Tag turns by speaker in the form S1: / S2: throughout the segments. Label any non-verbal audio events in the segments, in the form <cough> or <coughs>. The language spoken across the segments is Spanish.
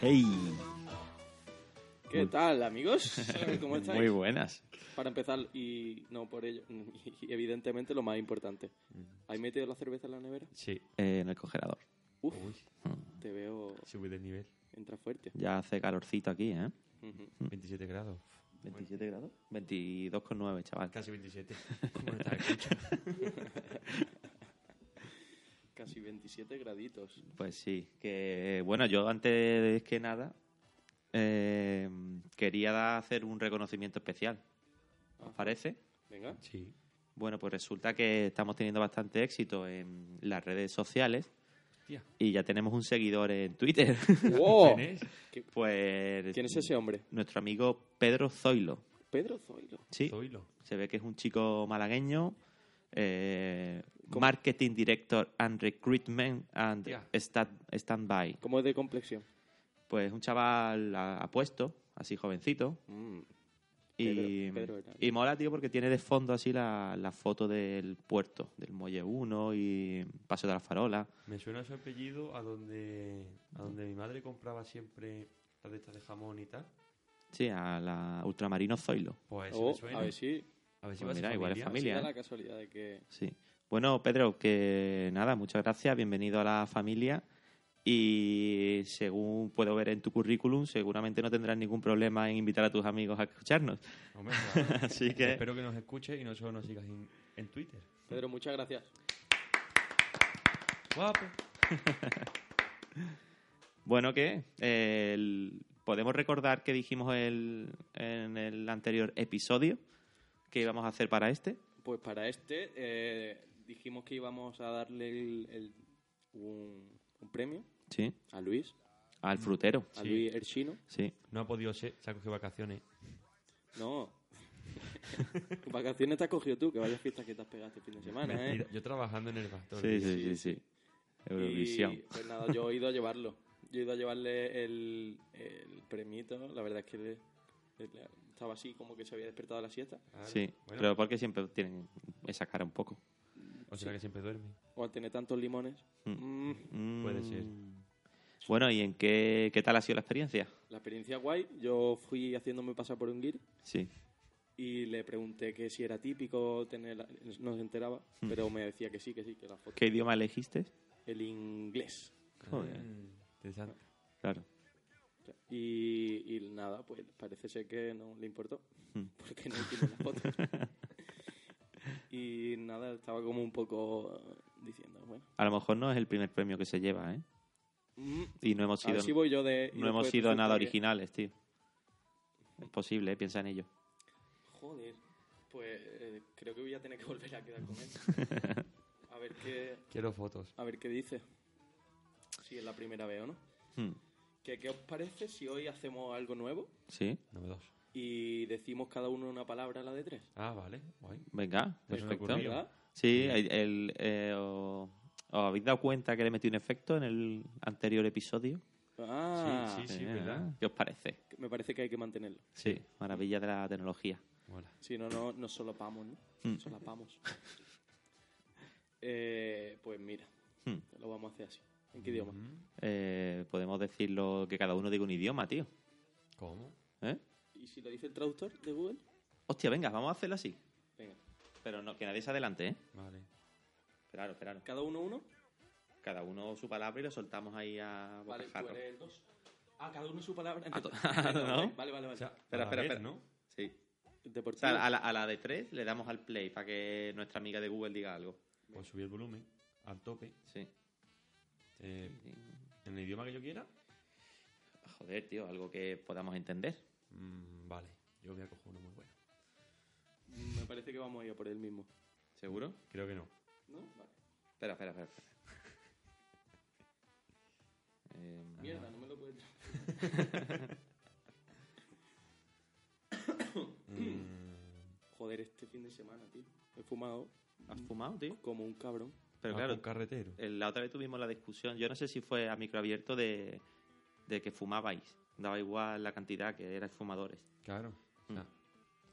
S1: Hey.
S2: ¿Qué tal,
S3: <laughs>
S2: amigos? ¿Cómo estáis?
S1: Muy buenas.
S2: Para empezar, y no por ello, <laughs> y evidentemente lo más importante.
S3: Mm.
S2: ¿Has metido la cerveza en la nevera?
S3: Sí,
S1: Eh, en el congelador.
S2: Uf, te veo...
S3: subí de nivel.
S2: Entra fuerte.
S1: Ya hace calorcito aquí, ¿eh?
S2: Ujú.
S3: 27 grados.
S1: 27 grados. 22,9, chaval.
S3: Casi <laughs> 27. ¿Cómo no te has escuchado?
S2: Casi 27 graditos.
S1: Pues sí. Que bueno, yo antes que nada eh, quería da- hacer un reconocimiento especial. ¿Os parece?
S2: Venga.
S3: Sí.
S1: Bueno, pues resulta que estamos teniendo bastante éxito en las redes sociales
S3: Hostia.
S1: y ya tenemos un seguidor en Twitter. <laughs> Oh,
S2: ¡Wow!
S3: ¿Quién es?
S1: pues
S2: ¿Quién es ese hombre?
S1: nuestro amigo Pedro Zoilo.
S2: Pedro Zoilo.
S1: Sí.
S3: Zoilo.
S1: Se ve que es un chico malagueño. eh,
S2: ¿Cómo?
S1: marketing Director and Recruitment and
S3: Hostia.
S1: stand- Standby.
S2: ¿Cómo es de complexión?
S1: Pues un chaval a- apuesto, así jovencito.
S2: Mm,
S1: Y,
S2: Pedro- Pedro Hernández.
S1: y mola, tío, porque tiene de fondo así la, la foto del puerto, del Muelle 1 y Paso de la Farola.
S3: Me suena su apellido a donde, a donde mi madre compraba siempre las de estas de jamón y tal.
S1: Sí, a la Ultramarino Zoilo.
S3: Pues eso
S2: Oh,
S3: me suena.
S2: a ver si...
S3: A ver si
S1: Pues
S3: va a ser
S1: mira, igual es
S2: si
S1: familia,
S2: da
S1: ¿eh?
S2: la casualidad de que...
S1: Sí. Bueno, Pedro, que nada, muchas gracias, bienvenido a la familia. Y según puedo ver en tu currículum, seguramente no tendrás ningún problema en invitar a tus amigos a escucharnos.
S3: Hombre,
S1: <laughs>
S3: claro.
S1: Así que,
S3: Espero que nos escuches y no solo nos sigas en, en Twitter.
S2: Pedro, muchas gracias.
S3: Guapo.
S1: bueno, que eh, el- podemos recordar que dijimos el- en el anterior episodio que íbamos a hacer para este.
S2: Pues para este eh, dijimos que íbamos a darle el- el- un, un premio
S1: Sí,
S2: a Luis,
S1: al frutero.
S2: a
S3: Sí.
S2: Luis Erchino.
S1: Sí,
S3: No ha podido ser, se ha cogido vacaciones.
S2: No. <laughs> Vacaciones te has cogido tú, que vaya fiestas que te has pegado este fin de semana, ¿eh?
S3: Mentira, Yo trabajando en el pastor.
S1: Ah, sí, sí,
S2: sí,
S1: sí. sí. Eurovisión.
S2: Y, pues nada, yo he ido a llevarlo. Yo he ido a llevarle el, el premito. La verdad es que le- le- estaba así como que se había despertado a la siesta.
S3: Claro.
S1: Sí,
S3: Bueno,
S1: pero porque siempre tienen esa cara un poco.
S3: O sea que siempre duerme.
S2: O al tener tantos limones.
S1: Hmm.
S2: Mm,
S3: Puede ser.
S1: Mm. Bueno, ¿y en qué, qué tal ha sido la experiencia?
S2: la experiencia guay. Yo fui haciéndome pasar por un guir
S1: Sí.
S2: y le pregunté que si era típico tener... la- No se enteraba, pero me decía que sí, que sí, que la foto.
S1: Hmm. ¿Qué idioma elegiste?
S2: El inglés.
S1: Joder.
S2: Eh.
S3: Mm, Interesante.
S1: Claro.
S2: Y, y nada, pues parece ser que no le importó,
S1: Hmm.
S2: <laughs> porque no tiene las fotos.
S1: <laughs>
S2: y nada, estaba como un poco eh, diciendo, bueno,
S1: A lo mejor no es el primer premio que se lleva, ¿eh?
S2: mm,
S1: Y no hemos
S2: a ver
S1: sido,
S2: si voy yo de... y
S1: no hemos
S2: después
S1: sido
S2: resulta
S1: nada
S2: que-
S1: originales, tío. Es posible, ¿eh? piensa en ello.
S2: Joder, pues eh, creo que voy a tener que volver a quedar con él.
S1: <laughs>
S2: a, ver qué,
S3: Quiero fotos.
S2: a ver qué dice, si es la primera vez o no.
S1: Hmm.
S2: ¿Qué, ¿Qué os parece si hoy hacemos algo nuevo
S1: ¿Sí?
S3: Dame dos.
S2: y decimos cada uno una palabra a la de tres?
S3: Ah, vale. Guay.
S1: Venga,
S3: Pues me
S1: perfecto.
S3: ocurrió.
S2: ¿Verdad?
S1: Sí, el, el, eh, o- ¿os habéis dado cuenta que le metí un efecto en el anterior episodio?
S2: Ah,
S3: Sí, sí.
S1: Eh,
S3: ¿verdad?
S1: ¿Qué os parece?
S2: que me parece que hay que mantenerlo.
S1: Sí. Maravilla de la tecnología.
S3: Mola.
S2: Si no, no, nos solapamos, ¿no? Nos solapamos. <laughs> Eh, pues mira,
S1: Hmm.
S2: lo vamos a hacer así. ¿En qué idioma?
S3: Mm,
S1: Eh, podemos decirlo que cada uno diga un idioma, tío.
S3: ¿Cómo?
S1: ¿Eh?
S2: ¿Y si lo dice el traductor de Google?
S1: Hostia, venga, vamos a hacerlo así.
S2: Venga.
S1: Pero no, que nadie se adelante, ¿eh?
S3: Vale.
S1: Claro, claro.
S2: ¿Cada uno uno?
S1: Cada uno su palabra y lo soltamos ahí a
S2: Vale, pues, eh, tú
S1: bocajarro.
S2: eres el dos. Ah, cada uno su palabra.
S1: A
S2: <laughs>
S1: to- a to- ¿no?
S2: Vale, vale, vale.
S3: O sea,
S1: Espera,
S3: a la
S1: espera,
S3: vez,
S1: espera.
S3: ¿no?
S1: Sí. O
S2: Deportivo.
S1: sea, a la, a la de tres le damos al play para que nuestra amiga de Google diga algo.
S3: Pues subir el volumen al tope.
S1: Sí.
S3: eh, en el idioma que yo quiera.
S1: Joder, tío, algo que podamos entender.
S3: Mm, vale, yo voy a coger uno muy bueno.
S2: Me parece que vamos a ir a por él mismo.
S1: ¿Seguro?
S3: Creo
S1: <clears throat>
S3: que no.
S2: ¿No? Vale.
S1: Espera, espera, espera. espera. Em,
S2: Mierda, no me lo puedo traer.
S3: Mm,
S2: Joder, este fin de semana, tío. He fumado
S1: Eh, ¿Has fumado, tío?
S2: como un cabrón.
S1: Pero
S3: ah,
S1: claro, Eh.
S3: con carretero.
S1: el- la otra vez tuvimos la discusión, yo no sé si fue a micro abierto de, de que fumabais. Daba igual la cantidad que erais fumadores.
S3: Claro.
S1: Mm.
S3: Ah.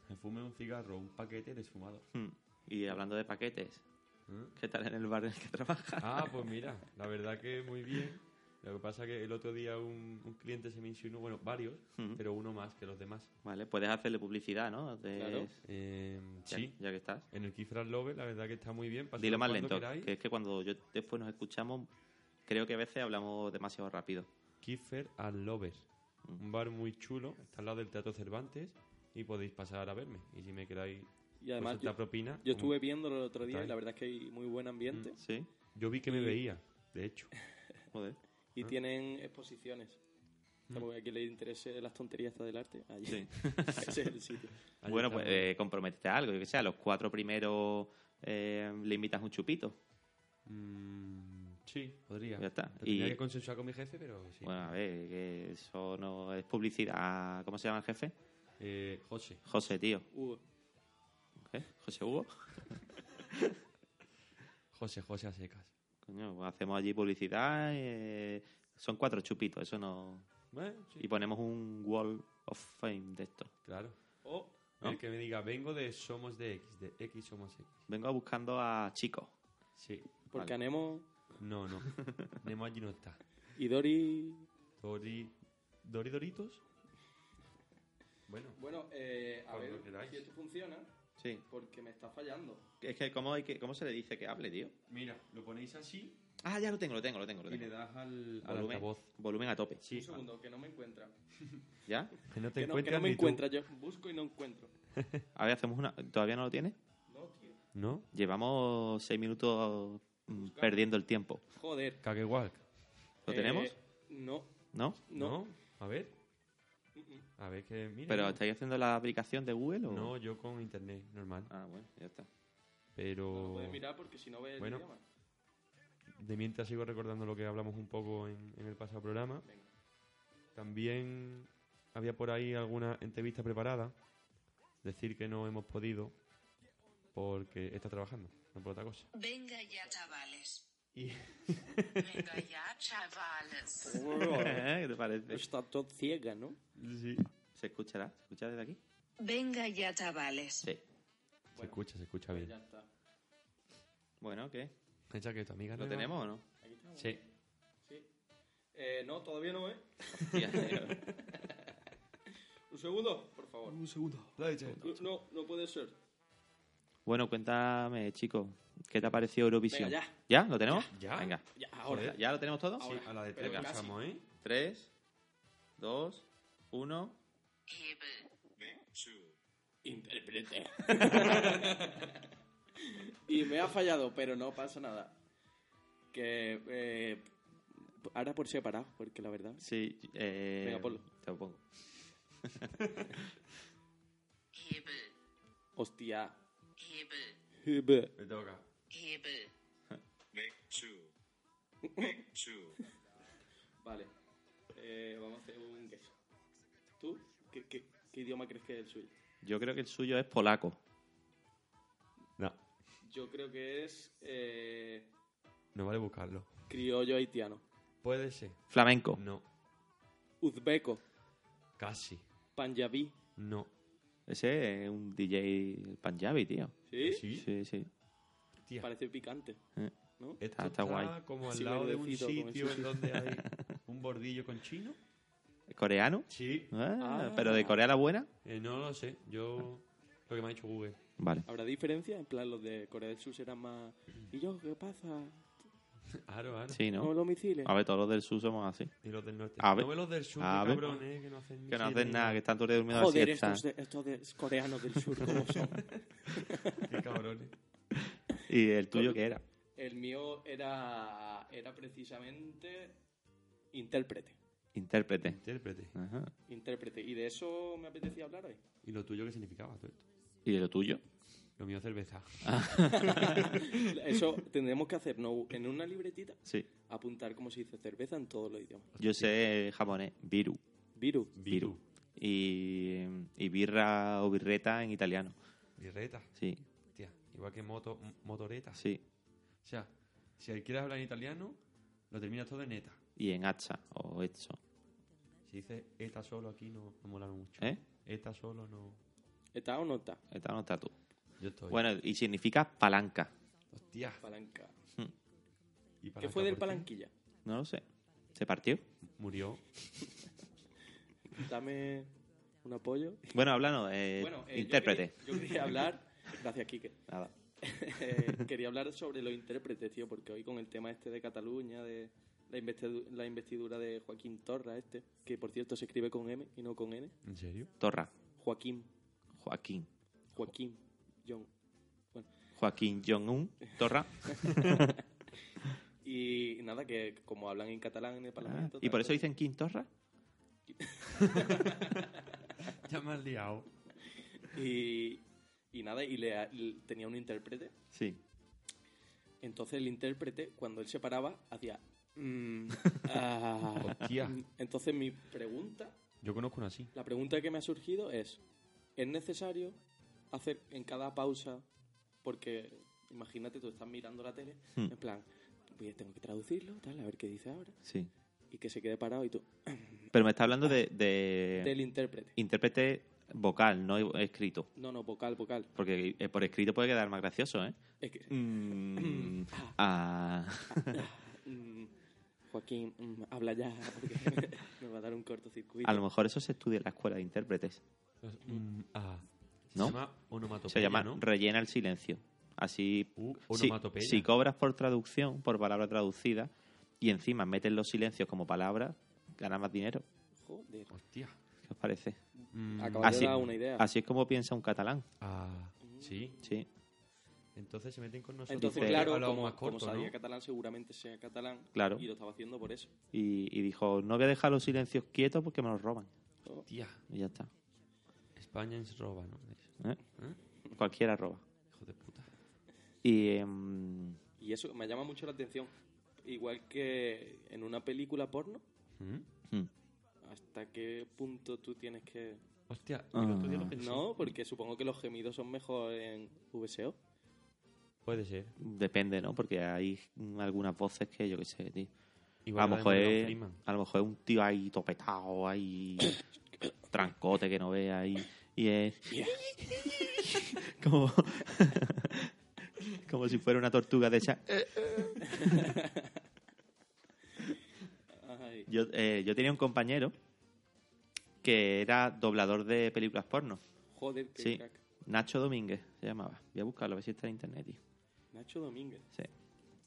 S3: Me fume un cigarro, un paquete de fumado.
S1: Hmm. Y hablando de paquetes,
S3: ¿Eh?
S1: ¿qué tal en el bar en el que trabajas?
S3: <laughs> Ah, pues
S1: <laughs>
S3: mira, la verdad que muy bien. Lo que pasa que el otro día un, un cliente se me insinuó, bueno, varios,
S1: Hmm.
S3: pero uno más que los demás.
S1: Vale, puedes hacerle publicidad, ¿no? De-
S2: Claro.
S3: Eh,
S1: ya-
S3: sí,
S1: Ya que estás.
S3: en el Kifras Love la verdad que está muy bien. pasadlo
S1: Dilo más
S3: cuando
S1: lento,
S3: queráis.
S1: que es que cuando yo después nos escuchamos, creo que a veces hablamos demasiado rápido.
S3: Kiefer and Lovers.
S1: Mm.
S3: Un bar muy chulo, está al lado del Teatro Cervantes y podéis pasar a verme. Y si me queráis
S2: Y además,
S3: vuestra
S2: yo,
S3: propina.
S2: yo
S3: Pues como-
S2: estuve viéndolo el otro día
S3: Está
S2: y la verdad es que hay muy buen ambiente.
S1: Sí,
S3: Yo vi que me veía, de hecho.
S1: joder.
S2: Y
S3: Ah.
S2: tienen exposiciones.
S3: Mm.
S2: Como que a quien le interese las tonterías estas del arte, allí.
S1: Sí.
S2: <laughs> Ese es el sitio.
S3: Ahí
S1: <laughs> bueno,
S3: está,
S1: pues eh, comprométete a algo, yo que sé, a los cuatro primeros eh, le invitas un chupito.
S3: Mm, sí, podría.
S1: Ya está.
S3: Lo Tenía
S1: Y-
S3: que consensuar con mi jefe, pero sí.
S1: Bueno, a ver, que eso no es publicidad. ¿Cómo se llama el jefe?
S3: Eh, José.
S1: José, tío.
S2: Hugo,
S1: ¿Qué? ¿José Hugo?
S3: José, José a secas.
S1: Coño, pues hacemos allí publicidad. eh, son cuatro chupitos, eso no.
S3: Bueno, sí.
S1: Y ponemos un Wall of Fame de esto.
S3: Claro.
S2: O
S1: ¿No?
S3: El que me diga, vengo de Somos de X, de X Somos X.
S1: Vengo buscando a Chico.
S3: Sí.
S2: porque
S1: Vale.
S2: Anemo
S1: <laughs>
S3: No, no. Nemo allí no está.
S2: y Dori.
S3: Dori... ¿Dori Doritos? Bueno.
S2: Bueno, eh, a
S3: Cuando
S2: ver
S3: queráis.
S2: si esto funciona,
S1: Sí.
S2: porque me está fallando.
S1: Es que, ¿cómo, hay que, ¿cómo se le dice que hable, tío?
S3: Mira, lo ponéis así
S1: Ah, ya lo tengo, lo tengo, lo tengo. Lo
S3: y le
S1: tengo.
S3: das al, al
S1: Volumen,
S3: altavoz.
S1: volumen a tope.
S3: Sí.
S2: Un segundo, que no me encuentra.
S1: ¿Ya?
S3: Que no te
S2: Que no, que no
S3: encuentras
S2: me
S3: ni tú.
S2: encuentra, yo busco y no encuentro.
S1: A ver, hacemos una. ¿Todavía no lo tiene?
S2: No, tío.
S3: ¿No?
S1: Llevamos seis minutos mm,
S2: Buscar.
S1: perdiendo el tiempo.
S2: Joder.
S3: Cakewalk.
S1: ¿Lo
S2: Eh,
S1: tenemos?
S2: No,
S1: ¿No?
S2: no.
S3: A ver.
S2: Mm, mm.
S3: A ver que mira.
S1: ¿Pero estáis haciendo la aplicación de Google o.?
S3: No, yo con internet normal.
S1: Ah, bueno, ya está.
S3: Pero.
S2: No lo puedes mirar porque si no ves
S3: Oh. Bueno.
S2: el idioma.
S3: De mientras sigo recordando lo que hablamos un poco en, en el pasado programa.
S2: Venga.
S3: También había por ahí alguna entrevista preparada. Decir que no hemos podido porque está trabajando, no por otra cosa.
S4: Venga ya, chavales.
S3: Y
S4: Venga ya, chavales.
S3: <laughs>
S1: ¿Qué te parece?
S2: Oh. Está todo ciega, ¿no?
S3: sí.
S1: ¿Se escuchará? ¿Se escucha desde aquí?
S4: Venga ya, chavales.
S1: Sí.
S3: Se escucha, se escucha
S2: Pues
S3: bien.
S2: ya está.
S1: Bueno, ¿qué?
S3: Echa que tu amiga
S1: ¿Lo
S3: nueva-
S1: tenemos o no?
S2: Aquí estamos.
S3: Sí.
S2: Sí. Eh, no, todavía no, ¿eh?
S1: Hostia, tío.
S2: Un segundo, por favor. Un segundo. No, no puede ser.
S1: bueno, cuéntame, chico. ¿Qué te ha parecido Eurovisión?
S2: Venga, ya.
S1: ¿Lo tenemos?
S3: Ya.
S1: Venga.
S2: Ya, ahora.
S1: ¿Ya lo tenemos todo?
S2: Ahora.
S3: A la de
S2: Pero
S3: tres
S1: casi.
S3: pasamos, ¿eh?
S1: Tres, dos, uno.
S4: Hebel.
S2: Interprete. <laughs> y me ha fallado, pero no pasa nada. Que. eh, ahora por separado, porque la verdad.
S1: Sí. Eh,
S2: Venga, ponlo.
S1: Te lo pongo.
S4: Hebel.
S2: Hostia.
S4: Hebel.
S2: Hebe.
S3: Me toca.
S4: Hebel.
S2: Vale. Eh, vamos a hacer un guess. ¿Tú? ¿Qué, qué, qué idioma crees que es el suyo?
S1: Yo creo que el suyo es polaco.
S3: No,
S2: Yo creo que es. eh,
S3: no vale buscarlo.
S2: criollo haitiano.
S3: Puede ser.
S1: Flamenco.
S3: No.
S2: Uzbeco.
S3: Casi.
S2: Panjabí.
S3: No.
S1: Ese es un DJ Punjabi, tío.
S2: ¿Sí?
S3: Sí.
S1: Sí, sí.
S3: Tía.
S2: Parece picante.
S1: Eh.
S2: ¿No?
S3: Esto
S1: Ah, está guay.
S3: como al
S2: Sí,
S3: lado de un
S2: verdecito, como
S3: sitio
S2: ese
S3: en
S1: <laughs>
S3: donde hay un bordillo con chino.
S1: ¿Coreano?
S3: Sí.
S1: Ah,
S2: Ah.
S1: ¿Pero de Corea la buena?
S3: Eh, no lo sé. Yo. Lo que me ha dicho Google. <laughs>
S1: Vale.
S2: ¿Habrá diferencia? En plan, los de Corea del Sur serán más... ¿Y yo qué pasa?
S3: Aro, aro.
S1: Sí,
S2: ¿No
S1: ¿no?
S2: los misiles?
S1: A ver, todos los del sur somos así.
S3: Y los del norte.
S1: A ver.
S3: No ve los del sur,
S1: A
S3: qué
S1: ver.
S3: cabrones, que no hacen ni
S1: Que no
S3: siquiera
S1: hacen
S3: ni
S1: nada, que están todo el día durmiendo la
S2: Joder,
S1: siesta.
S2: estos, de- estos de- coreanos del sur, ¿cómo son?
S1: <laughs>
S3: Qué cabrones.
S1: ¿Y el tuyo qué era?
S2: El mío era, era precisamente intérprete.
S1: Intérprete.
S3: Intérprete.
S1: Ajá.
S2: Intérprete. Y de eso me apetecía hablar <laughs> hoy.
S3: ¿Y lo tuyo qué significaba todo esto?
S1: ¿Y de lo tuyo?
S3: Lo mío cerveza.
S2: Eso tendremos que hacer, ¿no? En una libretita,
S1: Sí.
S2: apuntar cómo se dice cerveza en todos los idiomas.
S1: Yo sé jamonés, viru.
S2: Viru.
S1: Viru. Y, y birra o birreta en italiano.
S3: Birreta.
S1: Sí,
S3: Hostia, igual que moto, m- motoreta.
S1: sí.
S3: O sea, si quieres hablar en italiano, lo terminas todo en eta.
S1: Y en hacha o hecho.
S3: Si dices eta solo aquí no me mola mucho.
S1: ¿Eh?
S3: Eta solo no.
S2: ¿Está o no está?
S1: Esta no está tú.
S3: Yo estoy.
S1: Bueno, y significa palanca.
S3: Hostia.
S2: Palanca.
S3: ¿Y
S2: ¿Qué
S3: palanca
S2: fue del
S3: por ti?
S2: palanquilla?
S1: No lo sé. ¿Se partió?
S3: Murió.
S2: Dame un apoyo.
S1: Bueno, háblanos. eh,
S2: Bueno, eh, yo
S1: intérprete.
S2: quería- Yo quería, hablar. Gracias, Quique.
S1: Nada. <laughs>
S2: Eh, quería hablar sobre los intérpretes, tío, porque hoy con el tema este de Cataluña, de la, investidu- la investidura de Joaquín Torra, este, que por cierto se escribe con M y no con N.
S3: ¿En serio?
S1: Torra.
S2: Joaquín,
S1: Joaquín.
S2: Joaquín, John.
S1: Joaquín Jong-un. Torra.
S2: Y nada, que como hablan en catalán en el
S1: Ah,
S2: Parlamento.
S1: ¿Y por
S2: tal,
S1: eso dicen King Torra?
S3: Ya me has liado.
S2: pues, Y, y nada, y le, y tenía un intérprete.
S1: Sí.
S2: Entonces el intérprete, cuando él se paraba, hacía...
S1: <laughs>
S2: mm, ah.
S3: Hostia.
S2: Entonces mi pregunta,
S3: Yo conozco una así.
S2: la pregunta que me ha surgido es, ¿es necesario hacer en cada pausa, porque imagínate, tú estás mirando la tele,
S1: Hmm.
S2: en plan, pues tengo que traducirlo, tal, a ver qué dice ahora,
S1: Sí.
S2: y que se quede parado y tú,
S1: Pero me está hablando de, de
S2: del intérprete.
S1: intérprete vocal, no escrito.
S2: No, no, vocal, vocal.
S1: Porque eh, por escrito puede quedar más gracioso, ¿eh?
S2: Es que...
S1: Mm, ah.
S2: Mm, Joaquín, mm, habla ya, porque <laughs> me va a dar un cortocircuito.
S1: a lo mejor eso se estudia en la escuela de intérpretes.
S3: Mm, ah. Se
S1: ¿No?
S3: llama onomatopeya,
S1: Se llama
S3: ¿no?
S1: rellena el silencio. Así,
S3: Uh,
S1: si,
S3: onomatopeya.
S1: si cobras por traducción, por palabra traducida, y encima metes los silencios como palabra, ganas más dinero.
S2: Joder.
S3: Hostia.
S1: ¿Qué os parece?
S3: Mm,
S2: Acabas
S1: Así,
S2: de dar una idea.
S1: así es como piensa un catalán.
S3: Ah, sí.
S1: Sí,
S3: Entonces se meten con nosotros.
S2: Entonces,
S1: dice-
S2: claro,
S3: Hablamos
S2: como,
S3: más corto,
S2: como sabía
S3: ¿no?
S2: catalán, seguramente sea catalán.
S1: Claro.
S2: Y lo estaba haciendo por eso.
S1: Y, y dijo, no voy a dejar los silencios quietos porque me los roban.
S3: Tía,
S1: Y ya está.
S3: España es roba, ¿no?
S1: ¿Eh?
S3: ¿Eh?
S1: Cualquiera roba.
S3: Hijo de puta.
S1: Y em,
S2: Y eso me llama mucho la atención. Igual que en una película porno,
S3: ¿Mm?
S1: hmm,
S2: ¿hasta qué punto tú tienes que...?
S3: Hostia, y el otro día lo
S1: Ah.
S3: pensé.
S2: No, porque supongo que los gemidos son mejor en VSO.
S3: Puede ser.
S1: depende, ¿no? Porque hay mm, algunas voces que yo qué sé, tío.
S3: Igual
S1: A lo, mejor
S3: Pues la de Morgan
S1: es,
S3: Freeman.
S1: a lo mejor es un tío ahí topetado,
S3: <coughs>
S1: ahí trancote que no vea ahí. Y es <laughs> como, <laughs> como si fuera una tortuga de esa.
S2: Ay,
S1: Yo, eh, yo tenía un compañero que era doblador de películas porno.
S2: joder, qué
S1: Sí.
S2: crack.
S1: Nacho Domínguez se llamaba. Voy a buscarlo, a ver si está en internet. tío.
S2: Nacho Domínguez.
S1: Sí.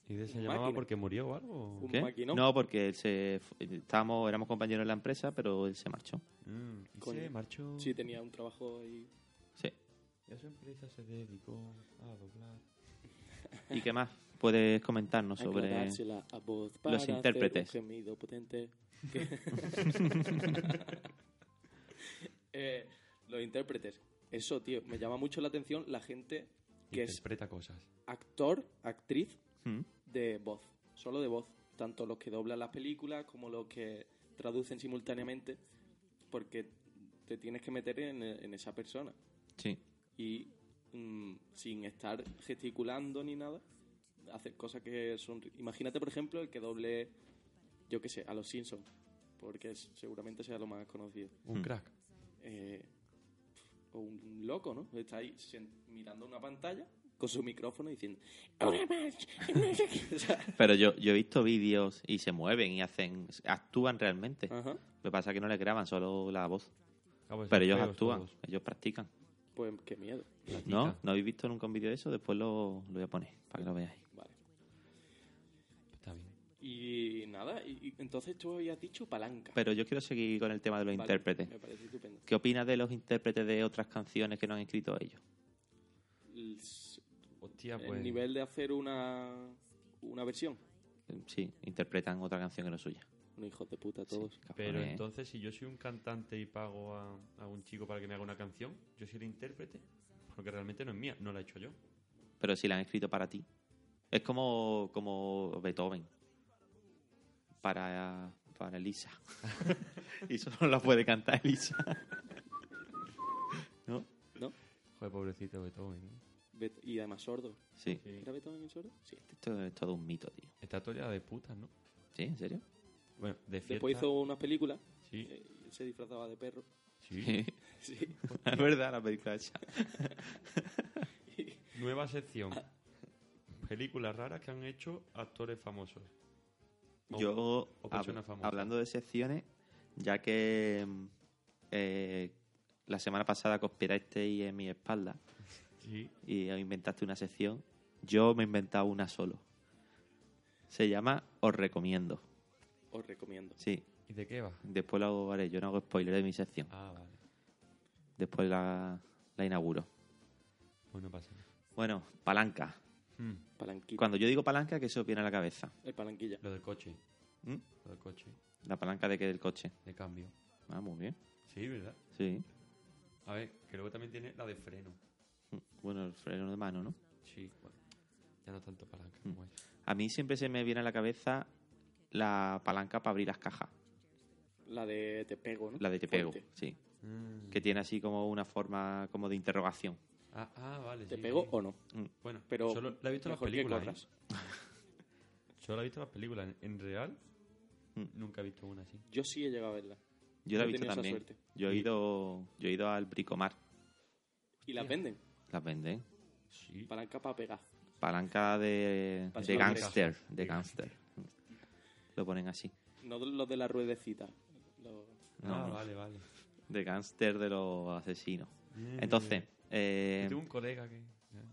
S3: ¿Y de se
S2: Un
S3: llamaba
S2: máquina.
S3: porque murió o algo?
S2: Un
S1: ¿Qué?
S2: maquinón.
S1: No, porque él se, fu- eh, estábamos, éramos compañeros en la empresa, pero él se marchó.
S3: Mm, y
S2: Coño.
S3: se marchó.
S2: Sí, tenía un trabajo ahí.
S1: Sí.
S3: Y a su empresa se dedicó a doblar.
S1: ¿Y qué más? Puedes
S2: <laughs>
S1: comentarnos sobre...
S2: Aclarársela a voz para hacer
S1: intérpretes.
S2: un
S1: <laughs>
S2: gemido potente. <laughs> Que- Eh, los intérpretes. Eso, tío, me llama mucho la atención la gente que es
S3: Interpreta cosas.
S2: actor, actriz
S1: ¿Mm?
S2: de voz, solo de voz, tanto los que doblan las películas como los que traducen simultáneamente, porque te tienes que meter en, en esa persona
S1: Sí.
S2: y mm, sin estar gesticulando ni nada, hacer cosas que son... Imagínate, por ejemplo, el que doble, yo qué sé, a los Simpsons, porque es- seguramente sea lo más conocido.
S3: Un
S1: Mm.
S3: crack.
S2: Eh, o un loco, ¿no? Está ahí sen- mirando una pantalla con su micrófono diciendo... "Ahora más, no sé qué". O sea,
S1: Pero yo, yo he visto vídeos y se mueven y hacen actúan realmente.
S2: ajá.
S1: Lo que pasa es que no les graban solo la voz.
S3: Ah, pues
S1: Pero
S3: son
S1: ellos
S3: feos
S1: actúan,
S3: todos.
S1: ellos practican.
S2: Pues qué miedo.
S1: ¿No?
S3: Platica.
S1: ¿No habéis visto nunca un vídeo de eso? Después lo, lo voy a poner para que lo veáis.
S2: Vale.
S3: Está bien.
S2: Y nada, y, y entonces tú habías dicho palanca.
S1: Pero yo quiero seguir con el tema de los
S2: Vale,
S1: intérpretes.
S2: Me parece estupendo.
S1: ¿Qué opinas de los intérpretes de otras canciones que no han escrito ellos?
S2: El, s-
S3: Hostia,
S2: el
S3: pues.
S2: nivel de hacer una, una versión.
S1: Sí, interpretan otra canción que no es suya.
S2: Unos hijos de puta todos.
S3: Pero
S1: Cabrones.
S3: entonces, si yo soy un cantante y pago a, a un chico para que me haga una canción, yo soy el intérprete, porque realmente no es mía, no la he hecho yo.
S1: Pero si la han escrito para ti. Es como, como Beethoven. Para, para
S3: <laughs>
S1: Elisa. y solo la puede cantar Elisa. ¿No?
S3: Joder, pobrecito Beethoven. ¿eh?
S2: Bet- y además sordo.
S1: Sí.
S3: Sí.
S2: ¿Era Beethoven el sordo? Sí.
S1: Esto es todo un mito, tío.
S3: Está toda de putas, ¿no?
S1: ¿Sí? ¿En serio?
S3: Bueno, de fiesta.
S2: Después hizo unas películas.
S3: Sí,
S2: eh, y se disfrazaba de perro. <laughs>
S3: sí.
S2: Sí.
S1: es verdad, la película hecha.
S3: Nueva sección. Películas raras que han hecho actores famosos. Oh, O-
S1: Yo,
S3: o persona
S1: hab-
S3: famosa.
S1: hablando de secciones, ya que mm, eh, la semana pasada conspirasteis en mi espalda
S3: Sí.
S1: y inventaste una sección, yo me he inventado una solo. Se llama Os Recomiendo.
S2: Os recomiendo.
S1: Sí,
S3: ¿Y de qué va?
S1: después lo haré. Yo no hago spoiler de mi sección.
S3: Ah, vale.
S1: Después la, la inauguro.
S3: Bueno, Pues pasa nada.
S1: Bueno, palanca.
S3: Mm,
S2: Palanquita.
S1: Cuando yo digo palanca, ¿qué se os viene a la cabeza?
S2: El palanquilla.
S3: Lo del coche.
S1: ¿Mm?
S3: Lo del coche.
S1: La palanca de que del coche.
S3: De cambio.
S1: Ah, muy bien.
S3: Sí, ¿verdad?
S1: Sí.
S3: A ver, que luego también tiene la de freno.
S1: Bueno, el freno de mano, ¿no?
S3: Sí, bueno. Ya no tanto palanca como eso.
S1: A mí siempre se me viene a la cabeza la palanca para abrir las cajas,
S2: La de te pego, ¿no?
S1: la de te pego,
S2: Fuerte.
S1: sí,
S3: Mm.
S1: que tiene así como una forma como de interrogación.
S3: Ah, ah, vale.
S2: ¿Te
S3: sí,
S2: pego
S3: sí.
S2: o no?
S3: Bueno,
S2: Pero
S3: solo la he visto en las
S2: mejor que
S3: películas.
S2: corras.
S3: ¿eh? Solo he visto en las películas. En, en real,
S1: Mm.
S3: nunca he visto una así.
S2: Yo sí he llegado a verla.
S1: Yo la he
S2: Yo he
S1: visto
S2: tenido esa
S1: también.
S2: suerte.
S1: Yo he
S3: Sí.
S1: ido, yo he ido al bricomar,
S2: Y las
S3: Hostia.
S2: venden.
S1: las venden.
S3: Sí.
S2: Palanca para pegar.
S1: Palanca de,
S2: Para
S1: de
S2: abrir
S1: gángster,
S3: cajas.
S1: de
S3: De
S1: gángster. Lo ponen así.
S2: No los de la ruedecita. Los-
S1: No,
S3: ah,
S1: no,
S3: vale, vale.
S1: De gángster de los asesinos.
S3: Mm.
S1: Entonces, eh,
S3: Yo tengo un colega que. ¿eh?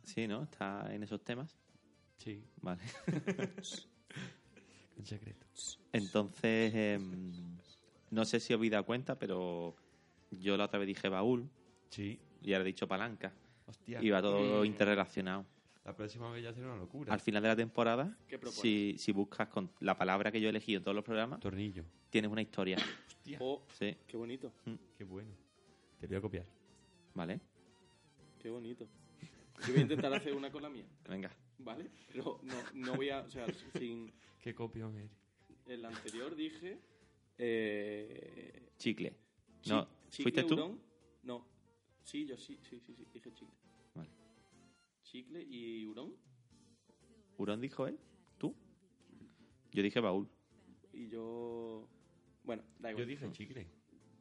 S1: sí, ¿no? Está en esos temas.
S3: Sí,
S1: Vale. <laughs>
S3: en secreto.
S1: Entonces, em, no sé si habéis dado cuenta, pero yo la otra vez dije baúl
S3: Sí.
S1: y ahora he dicho palanca.
S3: Hostia.
S1: Y va todo
S3: Mm.
S1: interrelacionado.
S3: La próxima vez ya será una locura.
S1: Al final de la temporada,
S2: ¿Qué propones?
S1: si, si buscas con la palabra que yo he elegido en todos los programas,
S3: Tornillo.
S1: tienes una historia.
S3: Hostia.
S2: Oh,
S1: Sí,
S2: qué bonito.
S3: Qué bueno. Te voy a copiar.
S1: ¿vale?
S2: Qué bonito. Yo voy a intentar hacer una con la mía,
S1: Venga.
S2: ¿vale? Pero no, no voy a. O sea, sin.
S3: Qué copio eres.
S2: El anterior dije. Eh,
S1: Chicle.
S2: chi-
S1: No,
S2: chicle
S1: ¿fuiste tú?
S2: hurón. No. Sí, yo sí, sí, sí, sí. Dije chicle.
S1: Vale.
S2: Chicle y hurón.
S1: ¿Hurón dijo él? ¿Tú? Yo dije baúl.
S2: Y yo. Bueno, da
S3: Yo
S2: igual.
S3: dije chicle.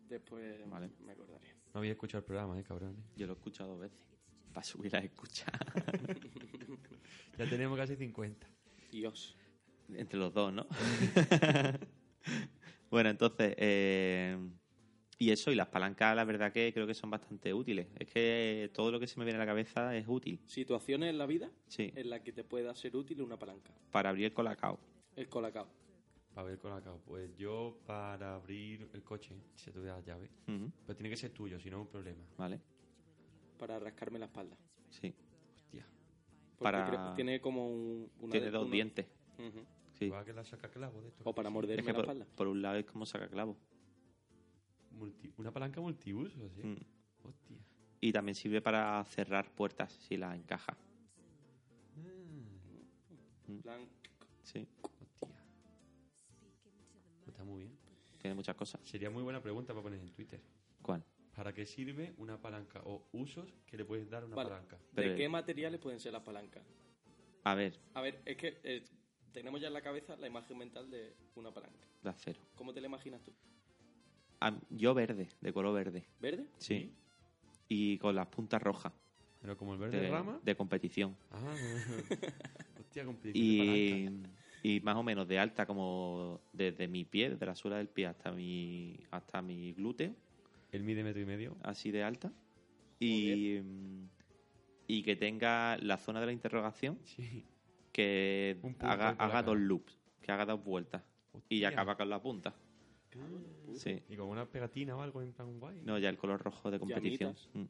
S2: Después
S1: Vale.
S2: me acordaré.
S3: No había escuchado el programa, eh, cabrones.
S1: Yo lo he escuchado dos veces. Para subir las escuchas.
S3: Ya tenemos casi 50.
S2: Dios.
S1: <laughs> Entre los dos, ¿no? <laughs> bueno, entonces, eh, y eso, y las palancas, la verdad que creo que son bastante útiles. Es que todo lo que se me viene a la cabeza es útil.
S2: Situaciones en la vida
S1: Sí,
S2: en las que te pueda ser útil una palanca.
S1: para abrir el colacao.
S2: El colacao.
S3: Para ver con la cabo. Pues yo, para abrir el coche, si te doy la llave.
S1: Ujú,
S3: Pero tiene que ser tuyo, si no es un problema.
S1: Vale,
S2: Para rascarme la espalda.
S1: sí.
S3: Hostia.
S2: Porque
S1: Para-
S2: creo que tiene como un. una
S1: Tiene
S2: de-
S1: dos
S2: una-
S1: dientes.
S2: Ujú.
S1: Sí.
S3: Va a que la saca clavo de esto.
S2: O para morderme
S1: Es que
S2: la
S1: por,
S2: espalda.
S1: por un lado es como saca clavo.
S3: Multi- Una palanca multiuso, sí.
S1: Mm.
S3: Hostia.
S1: Y también sirve para cerrar puertas si las encaja.
S3: Ah,
S2: En plan,
S1: Sí,
S3: hostia. Pues Está muy bien.
S1: tiene muchas cosas.
S3: Sería muy buena pregunta para poner en Twitter.
S1: ¿Cuál?
S3: ¿Para qué sirve una palanca? O usos que le puedes dar a una
S2: Vale.
S3: palanca.
S1: Pero-
S2: ¿De qué materiales pueden ser las palancas?
S1: A ver,
S2: A ver, es que eh, tenemos ya en la cabeza la imagen mental de una palanca.
S1: de acero.
S2: ¿Cómo te la imaginas tú?
S1: Ah, yo verde, de color verde.
S2: ¿Verde?
S1: Sí. Y con las puntas rojas.
S3: Pero como el verde
S1: De,
S3: rama.
S1: de competición. <laughs>
S3: Ah, hostia, con
S1: y,
S3: palanca.
S1: y más o menos de alta como desde mi pie, desde la suela del pie hasta mi hasta mi glúteo,
S3: Él mide metro y medio.
S1: así de alta. Y, mm, y que tenga la zona de la interrogación
S3: Sí.
S1: que
S3: Un punto
S1: haga,
S3: ahí por la
S1: haga dos
S3: cara.
S1: loops, que haga dos vueltas y
S3: Hostia. Ah,
S1: ya acaba con la punta. Sí.
S3: Y como una pegatina o algo en plan guay.
S1: No, ya el color rojo de competición. Mm.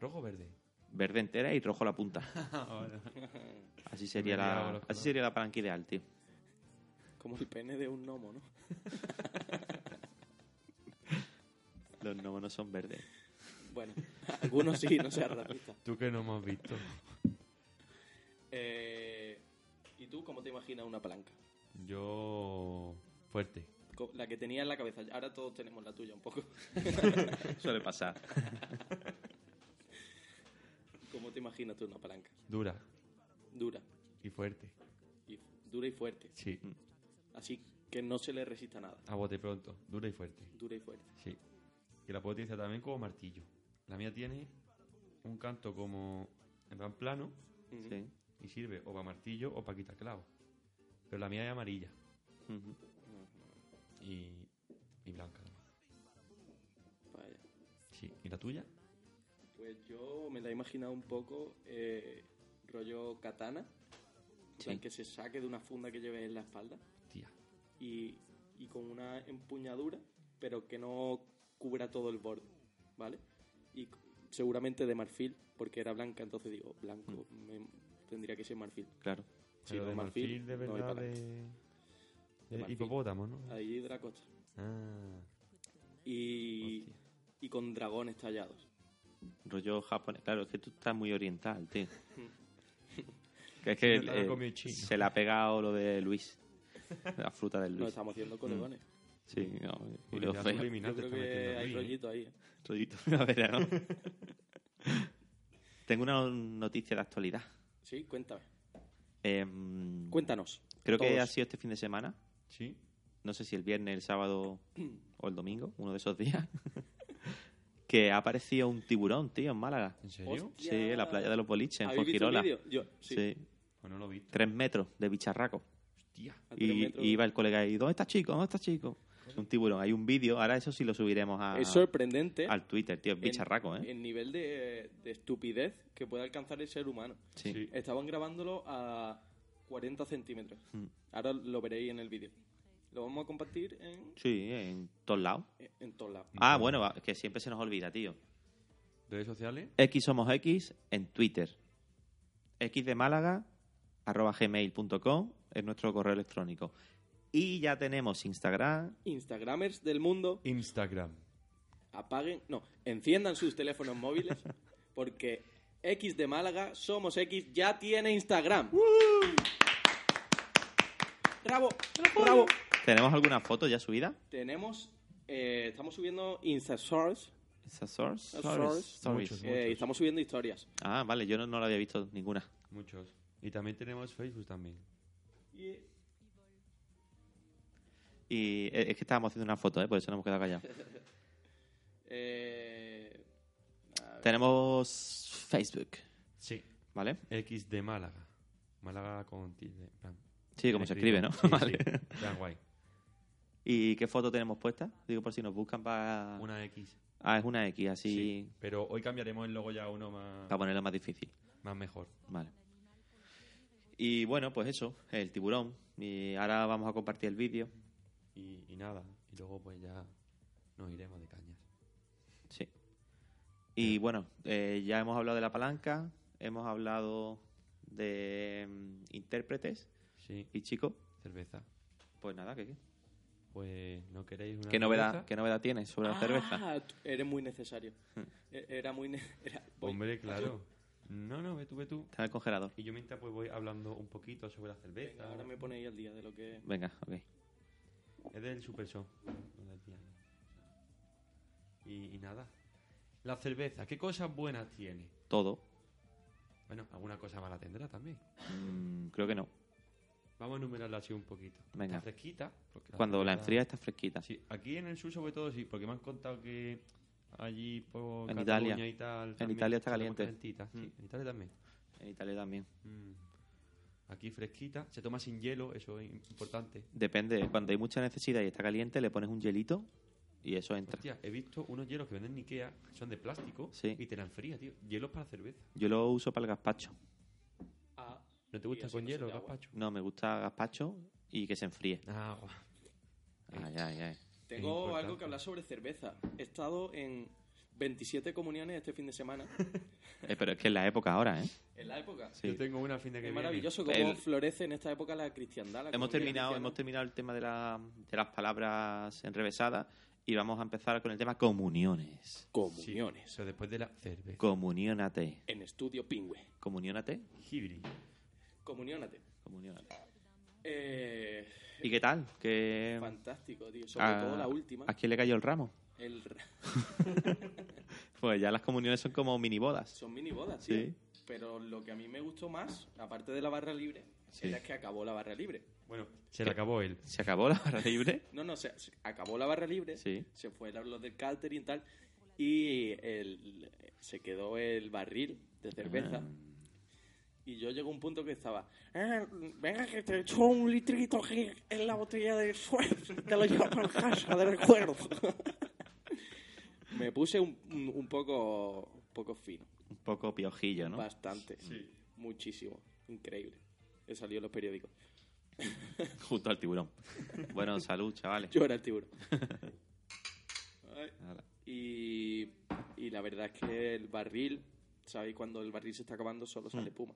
S3: Rojo o verde.
S1: Verde entera y rojo la punta.
S3: Ah, vale.
S1: Así sería
S3: me he liado
S1: la
S3: los
S1: así
S3: colores.
S1: sería la palanca ideal, tío.
S2: Como el pene de un
S1: <laughs>
S2: gnomo, ¿no?
S1: Los gnomos no son verdes.
S2: Bueno, <laughs> algunos sí, no seas racista.
S3: Tú que no hemos visto.
S2: Eh, ¿Y tú cómo te imaginas una palanca?
S3: Yo. Fuerte.
S2: Co- La que tenía en la cabeza. Ahora todos tenemos la tuya un poco.
S1: <laughs>
S2: <laughs>
S1: Suele pasar.
S2: ¿Cómo te imaginas tú una palanca?
S3: Dura.
S2: Dura.
S3: Y fuerte.
S2: Y dura y fuerte.
S3: Sí.
S2: Así que no se le resista nada.
S3: A bote pronto. Dura y fuerte.
S2: Dura y fuerte.
S3: Sí. Que la puedo utilizar también como martillo. La mía tiene un canto como en plan plano
S2: Ujú.
S1: Sí.
S3: y sirve o para martillo o para quitar clavo. Pero la mía es amarilla
S1: Ujú.
S3: y, y blanca. además.
S2: Vaya.
S3: Sí. ¿Y la tuya?
S2: Pues yo me la he imaginado un poco eh, rollo katana. en
S1: Sí.
S2: plan que se saque de una funda que lleves en la espalda.
S3: Tía.
S2: y, y con una empuñadura, pero que no cubra todo el borde, ¿vale? Y c- seguramente de marfil, porque era blanca, entonces digo, blanco,
S1: Mm.
S2: me- tendría que ser marfil.
S1: Claro.
S2: Si no
S3: de
S2: es marfil,
S3: de
S2: no hay
S3: verdad,
S2: palanca.
S3: de, de
S2: marfil.
S3: hipopótamo, ¿no?
S2: Ahí de la costa.
S3: Ah,
S2: Y,
S3: hostia.
S2: y con dragones tallados.
S1: Rollo japonés. Claro, es que tú estás muy oriental, <laughs> tío. que es
S3: Yo
S1: que
S3: estaba
S1: eh,
S3: comido chino.
S1: se le ha pegado lo de Luis. La fruta <laughs> del
S2: Lo
S1: Luis. Mm.
S2: estamos haciendo con dragones.
S1: Sí, no, y lo
S3: Publicidad
S1: feo.
S2: Yo
S3: subliminal te
S2: creo
S3: está
S2: que
S3: metiendo
S2: hay
S3: ahí, ¿eh?
S2: rollito ahí. ¿eh?
S1: Rollito primavera,
S3: <laughs>
S1: ¿no? Tengo una noticia de actualidad.
S2: Sí, cuéntame.
S1: Em,
S2: Cuéntanos.
S1: creo que
S2: todos.
S1: ha sido este fin de semana.
S3: Sí.
S1: No sé si el viernes, el sábado o el domingo, uno de esos días. <laughs> que ha aparecido un tiburón, tío, en Málaga.
S3: ¿En serio?
S2: Hostia.
S1: Sí, en la playa de los boliches, en
S2: ¿Habéis visto el
S1: Fuengirola.
S2: vídeo? Yo, sí.
S1: Sí.
S3: Pues no lo he visto.
S1: tres metros de bicharraco.
S3: Hostia.
S2: a Ah, tres
S1: Y,
S2: metros.
S1: y iba el colega y ¿dónde está chico? ¿Dónde está chico? Un tiburón. Hay un vídeo, ahora eso sí lo subiremos a,
S2: Es sorprendente.
S1: al Twitter, tío. Es bicharraco, ¿eh?
S2: El nivel de, de estupidez que puede alcanzar el ser humano.
S1: sí.
S3: Sí.
S2: Estaban grabándolo a 40 centímetros.
S1: Mm.
S2: Ahora lo veréis en el vídeo. Lo vamos a compartir en,
S1: Sí, en todos lados.
S2: en todos lados.
S1: Ah, bueno, va, que siempre se nos olvida, tío.
S3: ¿Redes sociales?
S1: X somos X en Twitter. X de Málaga, arroba gmail.com es nuestro correo electrónico. Y ya tenemos Instagram.
S2: Instagramers del mundo,
S3: Instagram.
S2: apaguen, no, enciendan sus
S1: <laughs>
S2: teléfonos móviles porque X de Málaga, Somos X, ya tiene Instagram. ¡Bravo! ¡Bravo!
S1: ¿Tenemos alguna foto ya subida?
S2: Tenemos, eh, estamos subiendo Insta Source
S1: Esa source-
S2: Esa
S1: source-
S2: source.
S1: stories.
S3: Muchos.
S2: eh, y estamos subiendo historias.
S1: Ah, vale, yo no, no la había visto ninguna.
S3: Muchos. Y también tenemos Facebook también.
S2: Y
S1: Y eh, es que estábamos haciendo una foto, ¿eh? por eso nos hemos quedado callados.
S2: eh,
S1: Tenemos Facebook,
S3: Sí.
S1: ¿vale?
S3: X de Málaga. Málaga con tilde. en plan,
S1: Sí, como se escribe, ¿no?
S3: Sí,
S1: <laughs> Vale.
S3: sí. En plan guay.
S1: ¿Y qué foto tenemos puesta? Digo, por si nos buscan para...
S3: Una X.
S1: Ah, es una X, así
S3: Pero hoy cambiaremos el logo ya a uno más,
S1: para ponerla más difícil.
S3: más mejor.
S1: Vale. Y bueno, pues eso, el tiburón. Y ahora vamos a compartir el vídeo.
S3: Y, y nada. Y luego pues ya nos iremos de cañas.
S1: Sí. Y bueno, eh, ya hemos hablado de la palanca, hemos hablado de mm, intérpretes
S3: Sí.
S1: y chicos.
S3: Cerveza.
S1: Pues nada, ¿qué, qué?
S3: Pues no queréis una
S1: ¿Qué novedad,
S3: cerveza?
S1: ¿Qué novedad tienes sobre la cerveza? Hmm.
S2: Ah, tú- eres muy necesario. E- Era muy. ne- era- voy.
S3: Hombre, claro. No, no, ve tú, ve tú.
S1: Está en el congelador.
S3: Y yo mientras pues voy hablando un poquito sobre la
S1: Eh,
S3: cerveza.
S2: Venga, ahora me ponéis al día de lo que.
S1: Venga, ok.
S3: Es del Super Show. de la tía. Y, y nada. La cerveza, ¿qué cosas buenas tiene?
S1: Todo.
S3: Bueno, alguna cosa mala tendrá también.
S1: Mm, creo que no.
S3: Vamos a enumerarla así un poquito.
S1: Venga.
S3: Está fresquita. porque
S1: Cuando la
S3: cerveza-
S1: enfría está fresquita.
S3: Sí, aquí en el sur sobre todo sí, porque me han contado que allí por
S1: En
S3: Cataluña
S1: Italia.
S3: y tal,
S1: En
S3: también
S1: Italia está
S3: se toma
S1: caliente. Mm.
S3: calentita, sí, en Italia también.
S1: En Italia también.
S3: Mm. Aquí fresquita, se toma sin hielo, eso es importante.
S1: Depende. Cuando hay mucha necesidad y está caliente, le pones un hielito y eso entra.
S3: Hostia, he visto unos hielos que venden en Ikea, que son de plástico
S1: Sí.
S3: y te la enfría, tío. Hielos para cerveza.
S1: Yo lo uso para el gazpacho.
S2: Ah,
S3: ¿No te
S2: Y
S3: gusta
S2: así
S3: con
S2: no se
S3: hielo,
S2: te agua.
S3: gazpacho?
S1: No, me gusta gazpacho y que se enfríe.
S3: Ah, guau.
S1: Ay, ay, ay.
S2: tengo
S3: importante.
S2: algo que hablar sobre cerveza. He estado en. 27 comuniones este fin
S1: <laughs>
S2: de semana.
S1: Eh, pero es que es la época ahora, ¿eh?
S2: en la época.
S1: Sí.
S3: Yo tengo una al fin de que
S2: Es
S3: viene.
S2: maravilloso cómo
S1: El-
S2: florece en esta época la cristiandad. la
S1: Hemos
S2: comunidad
S1: terminado,
S2: cristiana.
S1: hemos terminado el tema de, la- de las palabras enrevesadas y vamos a empezar con el tema comuniones.
S3: Sí,
S2: Comuniones.
S3: eso después de la cerveza.
S1: Comuniónate.
S2: En estudio pingüe.
S1: Comuniónate.
S3: Hibri.
S2: Comuniónate.
S1: Comuniónate.
S2: Eh,
S1: ¿Y qué tal? ¿Qué,
S2: fantástico, tío. Sobre
S1: a-
S2: todo la última.
S1: ¿A quién le cayó el ramo?
S2: El ra-
S1: Pues ya las comuniones son como mini bodas.
S2: Son mini bodas, tío.
S1: Sí.
S2: Pero lo que a mí me gustó más, aparte de la barra libre,
S1: Sí.
S2: era que acabó la barra libre.
S3: Bueno, se le acabó él.
S1: ¿Se acabó la barra libre?
S2: No, no, se, se acabó la barra libre,
S1: Sí.
S2: se fue el los del catering y tal, y el- se quedó el barril de cerveza.
S1: Ah.
S2: Y yo llegó a un punto que estaba, "Ah, venga que te echo un litrito aquí en la botella de suerte, <laughs> te lo llevo para casa de recuerdo. <laughs> Me puse un, un- un poco, un poco fino,
S1: Un poco piojillo, ¿no?
S2: bastante, muchísimo, increíble. He salido en los periódicos. <laughs>
S1: Junto al tiburón. Bueno, salud, chavales.
S2: Yo era el tiburón. Ay.
S1: Hala.
S2: Y, y la verdad es que el barril, ¿sabéis? Cuando el barril se está acabando solo sale puma.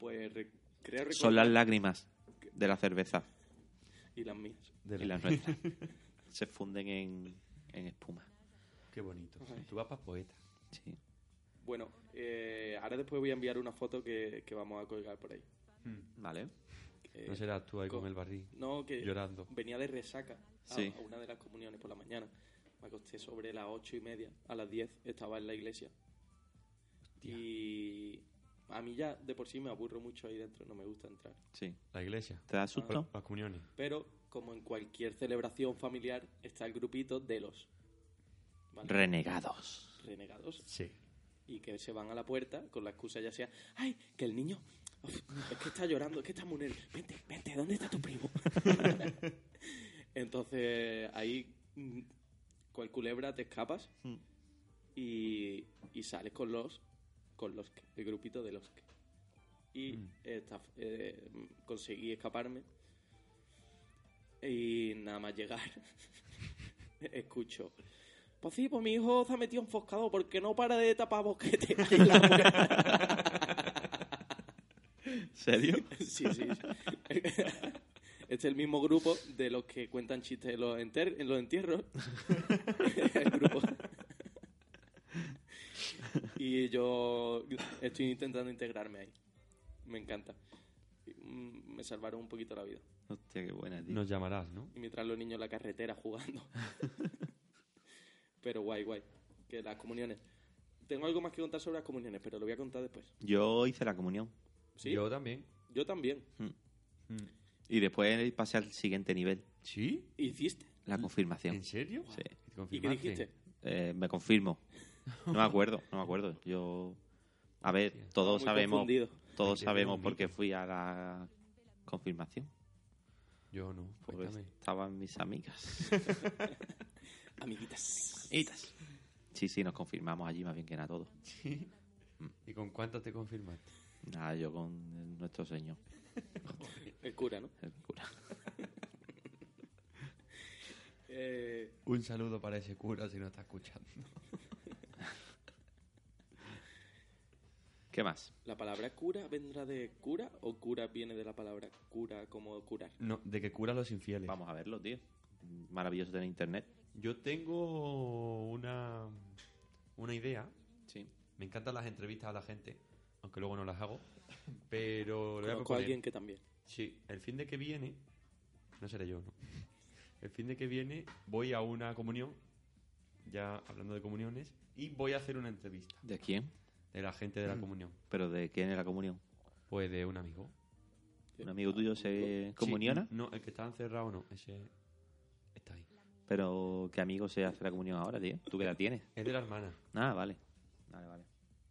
S2: Pues re- creo recordar-
S1: Son las lágrimas de la cerveza
S2: Y las mías.
S3: De
S1: y
S3: la-
S1: las nuestras. <laughs> Se funden en, en espuma.
S3: Qué bonito. Tú vas para poeta.
S1: Sí.
S2: Bueno, eh, ahora después voy a enviar una foto que, que vamos a colgar por ahí.
S1: Vale.
S2: Eh,
S3: No serás tú ahí con
S2: co-
S3: el barril.
S2: no, que
S3: Llorando.
S2: venía de resaca a,
S1: Sí.
S2: a una de las comuniones por la mañana. Me acosté sobre las ocho y media. A las 10 estaba en la iglesia. Y a mí ya de por sí me aburro mucho ahí dentro. No me gusta entrar.
S1: Sí.
S3: La iglesia.
S1: ¿Te da susto?
S3: Las comuniones.
S2: Pero, como en cualquier celebración familiar, está el grupito de los ¿vale?
S3: <laughs>
S1: Renegados.
S2: renegados
S3: Sí.
S2: y que se van a la puerta con la excusa ya sea, ay, que el niño uf, es que está llorando, es que está muy nervioso. Vente, vente, ¿dónde está tu primo? Entonces, ahí, mm, cual culebra, te escapas
S1: Mm.
S2: y, y sales con los, con los que, el grupito de los que. Y
S3: Mm.
S2: esta- eh, conseguí escaparme y nada más llegar, <laughs> escucho. Pues sí, pues mi hijo se ha metido enfoscado porque no para de tapar <laughs> boquete. en la puerta.
S1: ¿En serio?
S2: sí, sí, sí. <laughs> Este es el mismo grupo de los que cuentan chistes en los, enter- en los <laughs> entierros. El grupo. Y yo estoy intentando integrarme ahí. Me encanta. Mm, Me salvaron un poquito la vida.
S1: Hostia, qué buena, tío.
S3: Nos llamarás, ¿no?
S2: Y mientras los niños en la carretera jugando. <laughs> pero guay, guay. Que las comuniones. Tengo algo más que contar sobre las comuniones, pero lo voy a contar después.
S1: Yo hice la comunión.
S2: Sí, yo,
S3: Yo también.
S2: también.
S1: Y después pasé al siguiente nivel,
S3: ¿Sí?
S2: ¿Hiciste?
S1: la confirmación.
S3: ¿En serio?
S1: Sí.
S3: ¿Te
S2: ¿Y qué
S3: confirmaste?
S2: dijiste?
S1: Eh, me confirmo. No me acuerdo, no me acuerdo. Yo. A ver, todos
S2: Muy
S1: sabemos.
S2: confundido.
S1: Todos
S3: Ay, qué
S1: sabemos
S3: bonito.
S1: por qué fui a la confirmación.
S3: Yo no.
S2: Pues,
S1: Porque
S2: <laughs>
S3: Cuéntame.
S1: estaban mis amigas.
S2: Amiguitas.
S1: Amiguitas. Sí, sí, nos confirmamos allí más bien que nada todos.
S3: ¿Y con cuántas te confirmaste?
S1: Nada, yo con nuestro señor,
S2: El cura, ¿no?
S1: el cura.
S2: Eh,
S3: Un saludo para ese cura si no está escuchando.
S1: ¿Qué más?
S2: ¿La palabra cura vendrá de cura o cura viene de la palabra cura como curar?
S3: No, de que cura a los infieles.
S1: Vamos a verlo, tío. Maravilloso tener internet.
S3: Yo tengo una, una idea.
S1: Sí.
S3: Me encantan las entrevistas a la gente, aunque luego no las hago. Pero lo voy
S2: Conozco
S3: a
S2: a
S3: proponer.
S2: alguien que también.
S3: Sí, el fin de que viene. No seré yo, ¿no? El fin de que viene voy a una comunión. Ya hablando de comuniones. Y voy a hacer una entrevista
S1: ¿De quién?
S3: de la gente
S2: Mm.
S3: de la comunión.
S1: ¿Pero de quién es la comunión?
S3: Pues de un amigo.
S1: ¿Un amigo tuyo se comuniona?
S3: Sí, no, el que está encerrado no. Ese está ahí.
S1: ¿Pero qué amigo se hace la comunión ahora, tío? ¿Tú que la tienes?
S3: Es de la hermana.
S1: Ah, vale. Vale, vale.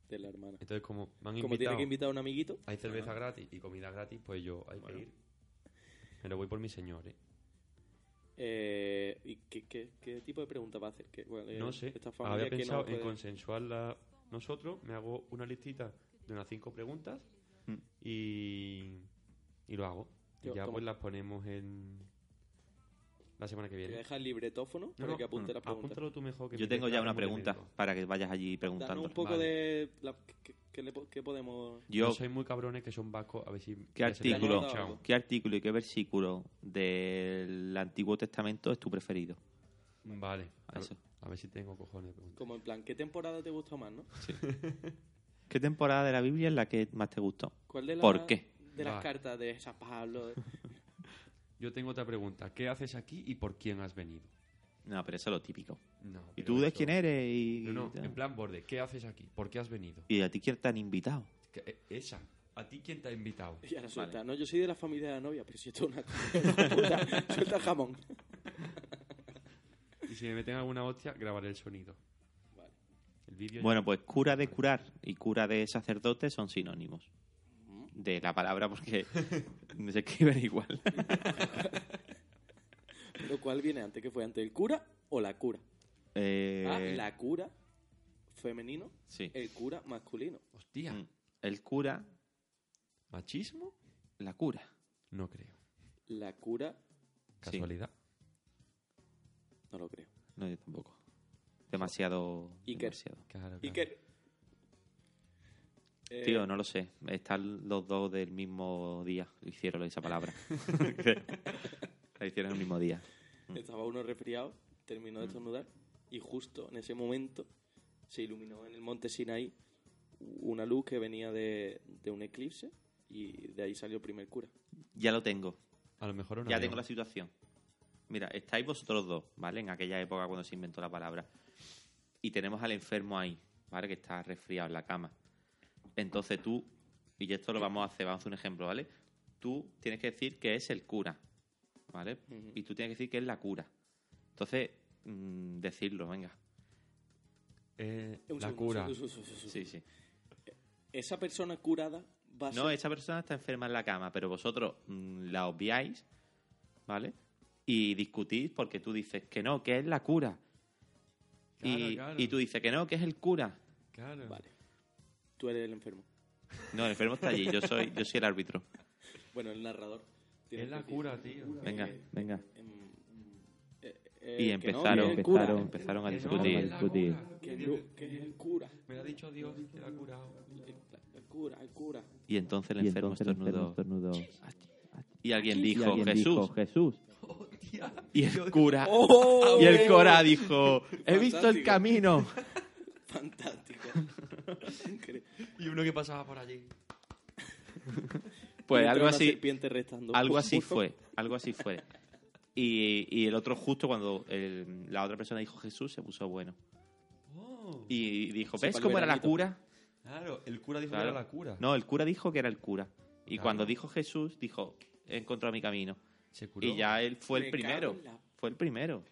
S2: De la hermana.
S3: Entonces, como me
S2: Como
S3: han
S2: tiene
S3: invitado.
S2: que invitar a un amiguito,
S3: Hay cerveza gratis y comida gratis, pues yo hay
S1: Bueno.
S3: que ir. Pero voy por mi señor, ¿eh?
S2: eh, ¿y qué, qué- qué tipo de pregunta va a hacer? Que, bueno, eh,
S3: no sé.
S2: Esta familia
S3: Había
S2: que no
S3: pensado en
S2: puede-
S3: consensuarla nosotros. Me hago una listita de unas cinco preguntas
S1: Mm.
S3: y, y lo hago. Y
S2: Hmm. Yo,
S3: ya
S2: ¿cómo?
S3: pues las ponemos en, la semana
S2: Te
S3: que
S2: voy a
S3: viene.
S2: dejar el libretófono para que apunte las preguntas.
S3: apúntalo tú mejor que
S1: Yo
S3: mi
S1: tengo
S3: letra
S1: ya
S3: es
S1: una
S3: muy
S1: pregunta
S3: lento.
S1: para que vayas allí
S2: Danos
S1: preguntando.
S2: un poco
S3: Vale.
S2: de... La, ¿qué, qué le po- qué podemos...?
S3: Yo
S1: Yo,
S3: soy muy cabrones que son vascos, a ver si...
S1: ¿Qué
S3: ya se te ha
S1: artículo?
S3: escuchado.
S1: ¿qué artículo y qué versículo del Antiguo Testamento es tu preferido?
S3: Vale, a,
S1: Eso.
S3: a ver si tengo cojones de preguntar.
S2: Como en plan, ¿qué temporada te gustó más, no?
S1: ¿Qué temporada de la Biblia es la que más te gustó?
S2: ¿Cuál de las,
S1: ¿Por qué?
S2: De las
S3: Vale.
S2: cartas de San Pablo. de-
S3: Yo tengo otra pregunta. ¿Qué haces aquí y por quién has venido?
S1: No, pero eso es lo típico.
S3: No,
S1: ¿Y
S3: pero
S1: tú de
S3: eso-
S1: quién eres? Y,
S3: No, no, en plan borde. ¿Qué haces aquí? ¿Por qué has venido?
S1: ¿Y a ti quién te han invitado?
S3: Que- eh, Esa. ¿A ti quién te ha invitado?
S2: Y ahora suelta, no, yo soy de la familia de la novia, pero si esto es <laughs> una... puta, suelta el jamón.
S3: Y si me meten alguna hostia, grabaré el sonido.
S2: Vale.
S3: El vídeo... ya-
S1: Bueno, pues cura de curar y cura de sacerdote son sinónimos de la palabra porque <laughs> se escriben
S3: <laughs>
S1: igual.
S3: Ah,
S2: Lo cual viene antes, que fue antes el cura o la cura.
S1: Eh,
S2: Ah, la cura femenino,
S1: Sí.
S2: el cura masculino.
S3: Hostia.
S1: Mm. El cura,
S3: ¿Machismo?
S1: la cura.
S3: No creo.
S2: La cura,
S1: Sí.
S3: ¿Casualidad?
S2: no lo creo.
S1: No, yo tampoco. Demasiado.
S2: Iker.
S1: demasiado.
S3: Claro,
S2: Y
S3: claro.
S2: que... Eh,
S1: Tío, no lo sé. Están los dos del mismo día. Lo hicieron esa
S3: <laughs>
S1: palabra. <laughs> Lo hicieron el mismo día.
S2: Estaba uno resfriado, terminó
S1: Mm.
S2: de estornudar y justo en ese momento se iluminó en el monte Sinaí una luz que venía de, de un eclipse y de ahí salió el primer cura.
S1: Ya lo tengo.
S3: A lo mejor... era un
S1: Ya
S3: avión.
S1: tengo la situación. Mira, estáis vosotros dos, ¿vale? En aquella época cuando se inventó la palabra. Y tenemos al enfermo ahí, ¿vale? Que está resfriado en la cama. Entonces tú, y esto lo vamos a hacer, vamos a hacer un ejemplo, ¿vale? Tú tienes que decir que es el cura, ¿vale?
S2: Ujú.
S1: Y tú tienes que decir que es la cura. Entonces, mm, decirlo, venga.
S3: Eh,
S2: Un
S3: la
S2: segundo,
S3: cura.
S2: un segundo, un segundo, un segundo.
S1: Sí, sí.
S2: Esa persona curada va a
S1: No,
S2: ser...
S1: esa persona está enferma en la cama, pero vosotros mm, la obviáis, ¿vale? Y discutís porque tú dices que no, que es la cura.
S3: Claro,
S1: y,
S3: claro.
S1: y tú dices que no, que es el cura.
S3: Claro.
S2: Vale. Tú eres el enfermo.
S1: No, el enfermo está allí, yo soy, yo soy el árbitro.
S2: Bueno, el narrador. Tienes
S3: Es
S2: que
S3: la
S2: decir,
S3: cura, tío.
S1: Venga, venga.
S2: em, eh, eh,
S1: Y
S2: que no,
S1: empezaron,
S2: que es el cura. eh,
S1: empezaron, empezaron a
S3: Que no,
S1: discutir.
S3: es la
S1: discutir.
S3: cura.
S2: Que no, que es el cura.
S3: Me lo ha dicho Dios, te la ha curado.
S2: El, el cura, el cura.
S1: Y entonces el
S5: Y
S1: enfermo
S5: entonces el enfermo
S1: estornudó.
S5: estornudó.
S1: Y alguien
S5: Y
S1: dijo,
S5: alguien dijo,
S1: Jesús.
S5: Jesús.
S1: Y el cura.
S2: ¡Oh!
S1: Y el cura dijo, he visto el
S2: Fantástico.
S1: camino. <laughs>
S2: Fantástico. Increíble.
S3: Y uno que pasaba por allí.
S1: Pues
S2: Entra
S1: algo
S2: una
S1: así,
S2: serpiente rezando.
S1: algo así fue, algo así fue. Y, y el otro justo cuando el- la otra persona dijo Jesús se puso bueno.
S3: Oh,
S1: Y dijo,
S2: Sí,
S1: ¿ves
S2: pa'l
S1: cómo era la
S2: veranito".
S1: cura?
S3: claro, el cura dijo
S1: Claro.
S3: que era la cura.
S1: No, el cura dijo que era el cura. Y
S3: Claro.
S1: cuando dijo Jesús, dijo, he encontrado mi camino.
S3: Se curó.
S1: Y ya él fue el
S2: Me
S1: primero.
S2: cago en la
S1: Fue el primero.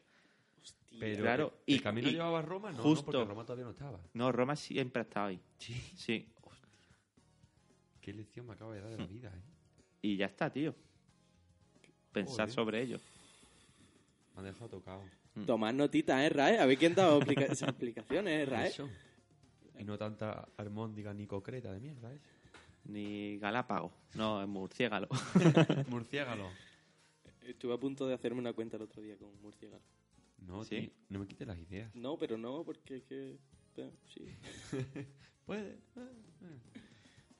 S2: Hostia.
S3: Pero
S1: Claro,
S3: ¿el,
S1: y-
S3: el camino
S1: y-
S3: llevaba a Roma? No, no,
S1: justo.
S3: porque Roma todavía no estaba.
S1: No, Roma siempre ha estado ahí. Sí.
S3: Qué lección me acaba de dar de la vida, eh.
S1: Y ya está, tío. Pensad
S3: Joder.
S1: sobre ello.
S3: Me han dejado tocado.
S2: Tomad notitas, eh, Rae. A ver quién da explica- <laughs> esas explicaciones, eh, Rae.
S3: Eso. Y no tanta armóndiga ni concreta de mierda, <laughs> ¿eh?
S1: Ni Galápago. No, es murciélago.
S3: Murciégalo.
S2: Estuve a punto de hacerme una cuenta el otro día con murciélago.
S3: No,
S1: Sí.
S3: tío, no me quites las ideas.
S2: No, pero no, porque es que... pero sí.
S3: Puede.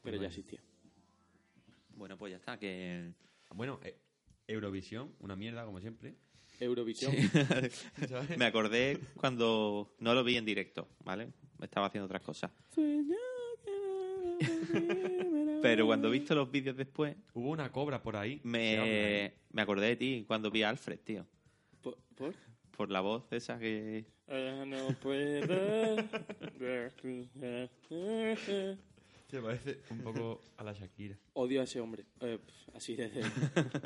S2: Pero
S3: mal.
S2: ya existía.
S1: <laughs> bueno, pues ya está. Que...
S3: Bueno, eh, Eurovisión, una mierda como siempre.
S2: Eurovisión.
S3: <laughs>
S2: <laughs>
S3: ¿sabes?
S1: Me acordé cuando no lo vi en directo, ¿vale? Estaba haciendo otras cosas. Pero cuando he visto los vídeos después,
S3: Hubo una cobra por ahí. Se habla, ¿eh?
S1: me, me acordé de ti cuando vi a Alfred, tío.
S2: ¿Por? por?
S1: Por la voz esa que...
S2: Ah, no puedo.
S3: Se parece un poco a la Shakira.
S2: Odio a ese hombre. Eh, pf, así desde.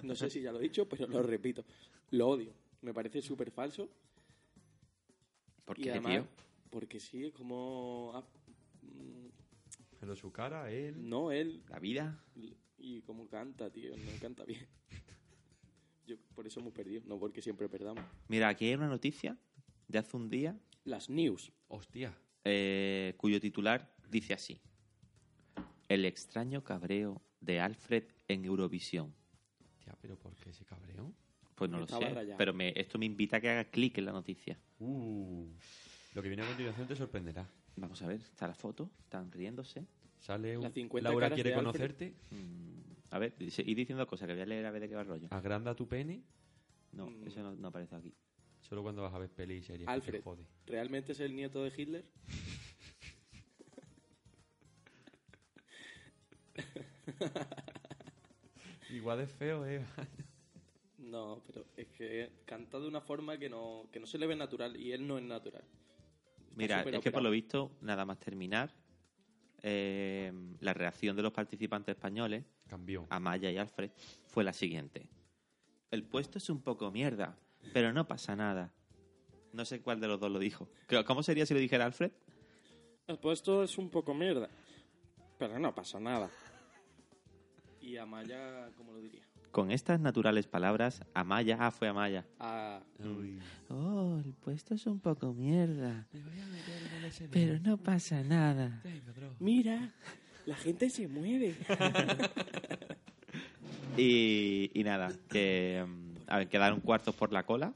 S2: No sé si ya lo he dicho, pero lo repito. Lo odio. Me parece súper falso.
S1: ¿Por
S2: y
S1: qué,
S2: además,
S1: tío?
S2: porque sí, es como. ah, mm,
S3: Pero su cara, él.
S2: No, él.
S1: La vida.
S2: Y como canta, tío. No canta bien. Yo por eso hemos perdido. No porque siempre perdamos.
S1: Mira, aquí hay una noticia de hace un día
S2: Las news.
S3: Hostia.
S1: eh, cuyo titular dice así. El extraño cabreo de Alfred en Eurovisión.
S3: Hostia, pero ¿por qué se cabreó?
S1: Pues no lo
S2: Estaba
S1: sé.
S2: rayado.
S1: Pero me, esto me invita a que haga clic en la noticia.
S3: Uh, lo que viene a continuación te sorprenderá.
S1: Vamos a ver, está la foto, están riéndose.
S3: Sale un
S2: Las 50
S3: Laura
S2: caras
S3: quiere
S2: de Alfred.
S3: conocerte,
S1: Mm, A ver, dice- y diciendo cosas que voy a leer a ver de qué va el rollo.
S3: agranda tu pene,
S1: No,
S2: Mm.
S1: eso no, no aparece aquí.
S3: solo cuando vas a ver peli y series. que te
S2: Alfred.
S3: jode.
S2: ¿Realmente es el nieto de Hitler?
S3: Igual de feo, eh.
S2: No, pero es que canta de una forma que no, que no se le ve natural y él no es natural. Está
S1: Mira,
S2: súper
S1: es que por lo
S2: operado.
S1: visto, nada más terminar, eh, la reacción de los participantes españoles,
S3: Cambió.
S1: Amaya y Alfred, fue la siguiente. El puesto es un poco mierda, pero no pasa nada. No sé cuál de los dos lo dijo. Creo- ¿Cómo sería si lo dijera Alfred?
S2: El puesto es un poco mierda, pero no pasa nada. Y Amaya, ¿cómo lo diría?
S1: Con estas naturales palabras, Amaya, ah, fue Amaya.
S2: Ah,
S3: Uy.
S1: Oh, el puesto es un poco mierda,
S3: Me voy a meter en el SM.
S1: pero no pasa nada.
S3: Tengo droga.
S2: mira, la gente
S1: <laughs>
S2: se mueve.
S1: Y, y nada, que mm, a ver, quedaron cuartos por la cola,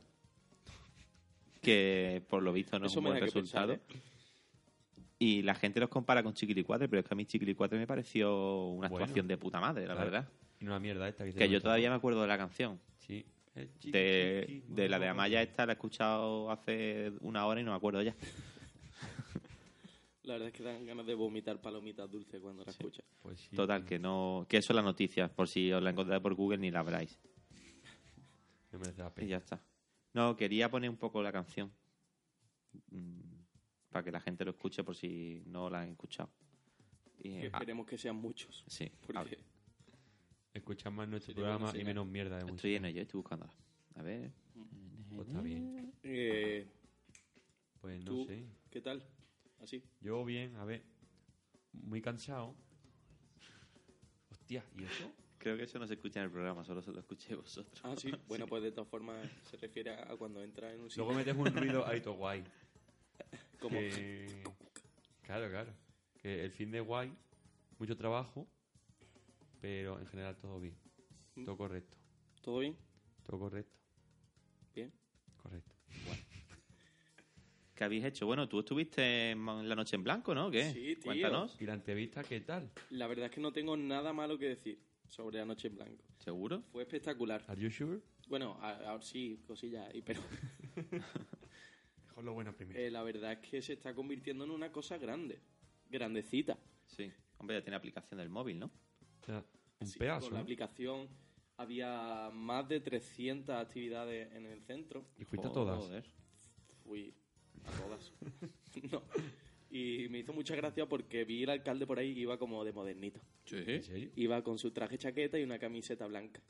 S1: que por lo visto no es
S2: Eso
S1: un
S2: me
S1: buen
S2: da que
S1: resultado.
S2: pensar, ¿eh?
S1: Y la gente los compara con Chiquilicuatre, pero es que a mí Chiquilicuatre me pareció una
S3: Bueno.
S1: actuación de puta madre, la
S3: Claro.
S1: verdad.
S3: Y una mierda esta que,
S1: Que yo todavía me acuerdo de la canción.
S3: Sí. El chiqui,
S1: De,
S3: chiqui,
S1: de la de
S3: mono,
S1: Amaya
S3: mono.
S1: esta la he escuchado hace una hora y no me acuerdo ya.
S2: La verdad es que dan ganas de vomitar palomitas dulces cuando la escuchas.
S3: Pues sí.
S1: Total, que no que eso es la noticia, por si os la encontráis por Google ni la habráis.
S3: No merece la
S1: Y
S3: pena.
S1: ya está. No, quería poner un poco la canción. Mm, para que la gente lo escuche por si no la han escuchado. Y,
S2: Que
S1: ah,
S2: esperemos que sean muchos.
S1: sí, ah,
S2: Porque
S3: Escuchas más nuestro
S2: Sería
S3: programa
S2: bueno, sí,
S3: y
S2: ¿no?
S3: menos mierda de
S1: estoy
S3: música.
S1: en ello, estoy buscándola. A ver.
S3: Pues está bien.
S2: eh,
S3: Pues no
S2: tú,
S3: sé.
S2: ¿qué tal? Así.
S3: Yo bien, a ver. Muy cansado. Hostia, ¿y eso?
S1: Creo que eso no se escucha en el programa, solo se lo escuché vosotros.
S2: Ah, sí. Bueno, pues de todas formas se refiere a cuando entra en un sitio
S3: Luego metes un ruido ahí todo
S1: <laughs>
S3: guay.
S2: como
S3: Que- Claro, claro. Que el fin de guay, mucho trabajo, pero en general todo bien.
S2: Mm.
S3: Todo correcto.
S2: todo bien.
S3: Todo correcto.
S2: Bien.
S3: Correcto.
S1: ¿Qué habéis hecho? Bueno, tú estuviste en la noche en blanco, ¿no? ¿Qué?
S2: Sí, tío.
S1: Cuéntanos.
S3: ¿Y la entrevista qué tal?
S2: La verdad es que no tengo nada malo que decir sobre la noche en blanco.
S1: ¿Seguro?
S2: Fue espectacular.
S3: ¿Are you sure?
S2: Bueno, a- ahora sí, cosillas, y- pero <laughs>
S3: Mejor lo bueno primero.
S2: eh, la verdad es que se está convirtiendo en una cosa grande, grandecita.
S1: Sí. Hombre, ya tiene aplicación del móvil, ¿no?
S3: un
S2: Sí,
S3: pedazo.
S2: Con la
S3: ¿no?
S2: aplicación había más de 300 actividades en el centro.
S3: Y fuiste a todas.
S1: Joder.
S2: Fui a todas. <laughs> no. Y me hizo mucha gracia porque vi el alcalde por ahí que iba como de modernito.
S3: ¿En serio?
S2: Iba con su traje chaqueta y una camiseta blanca.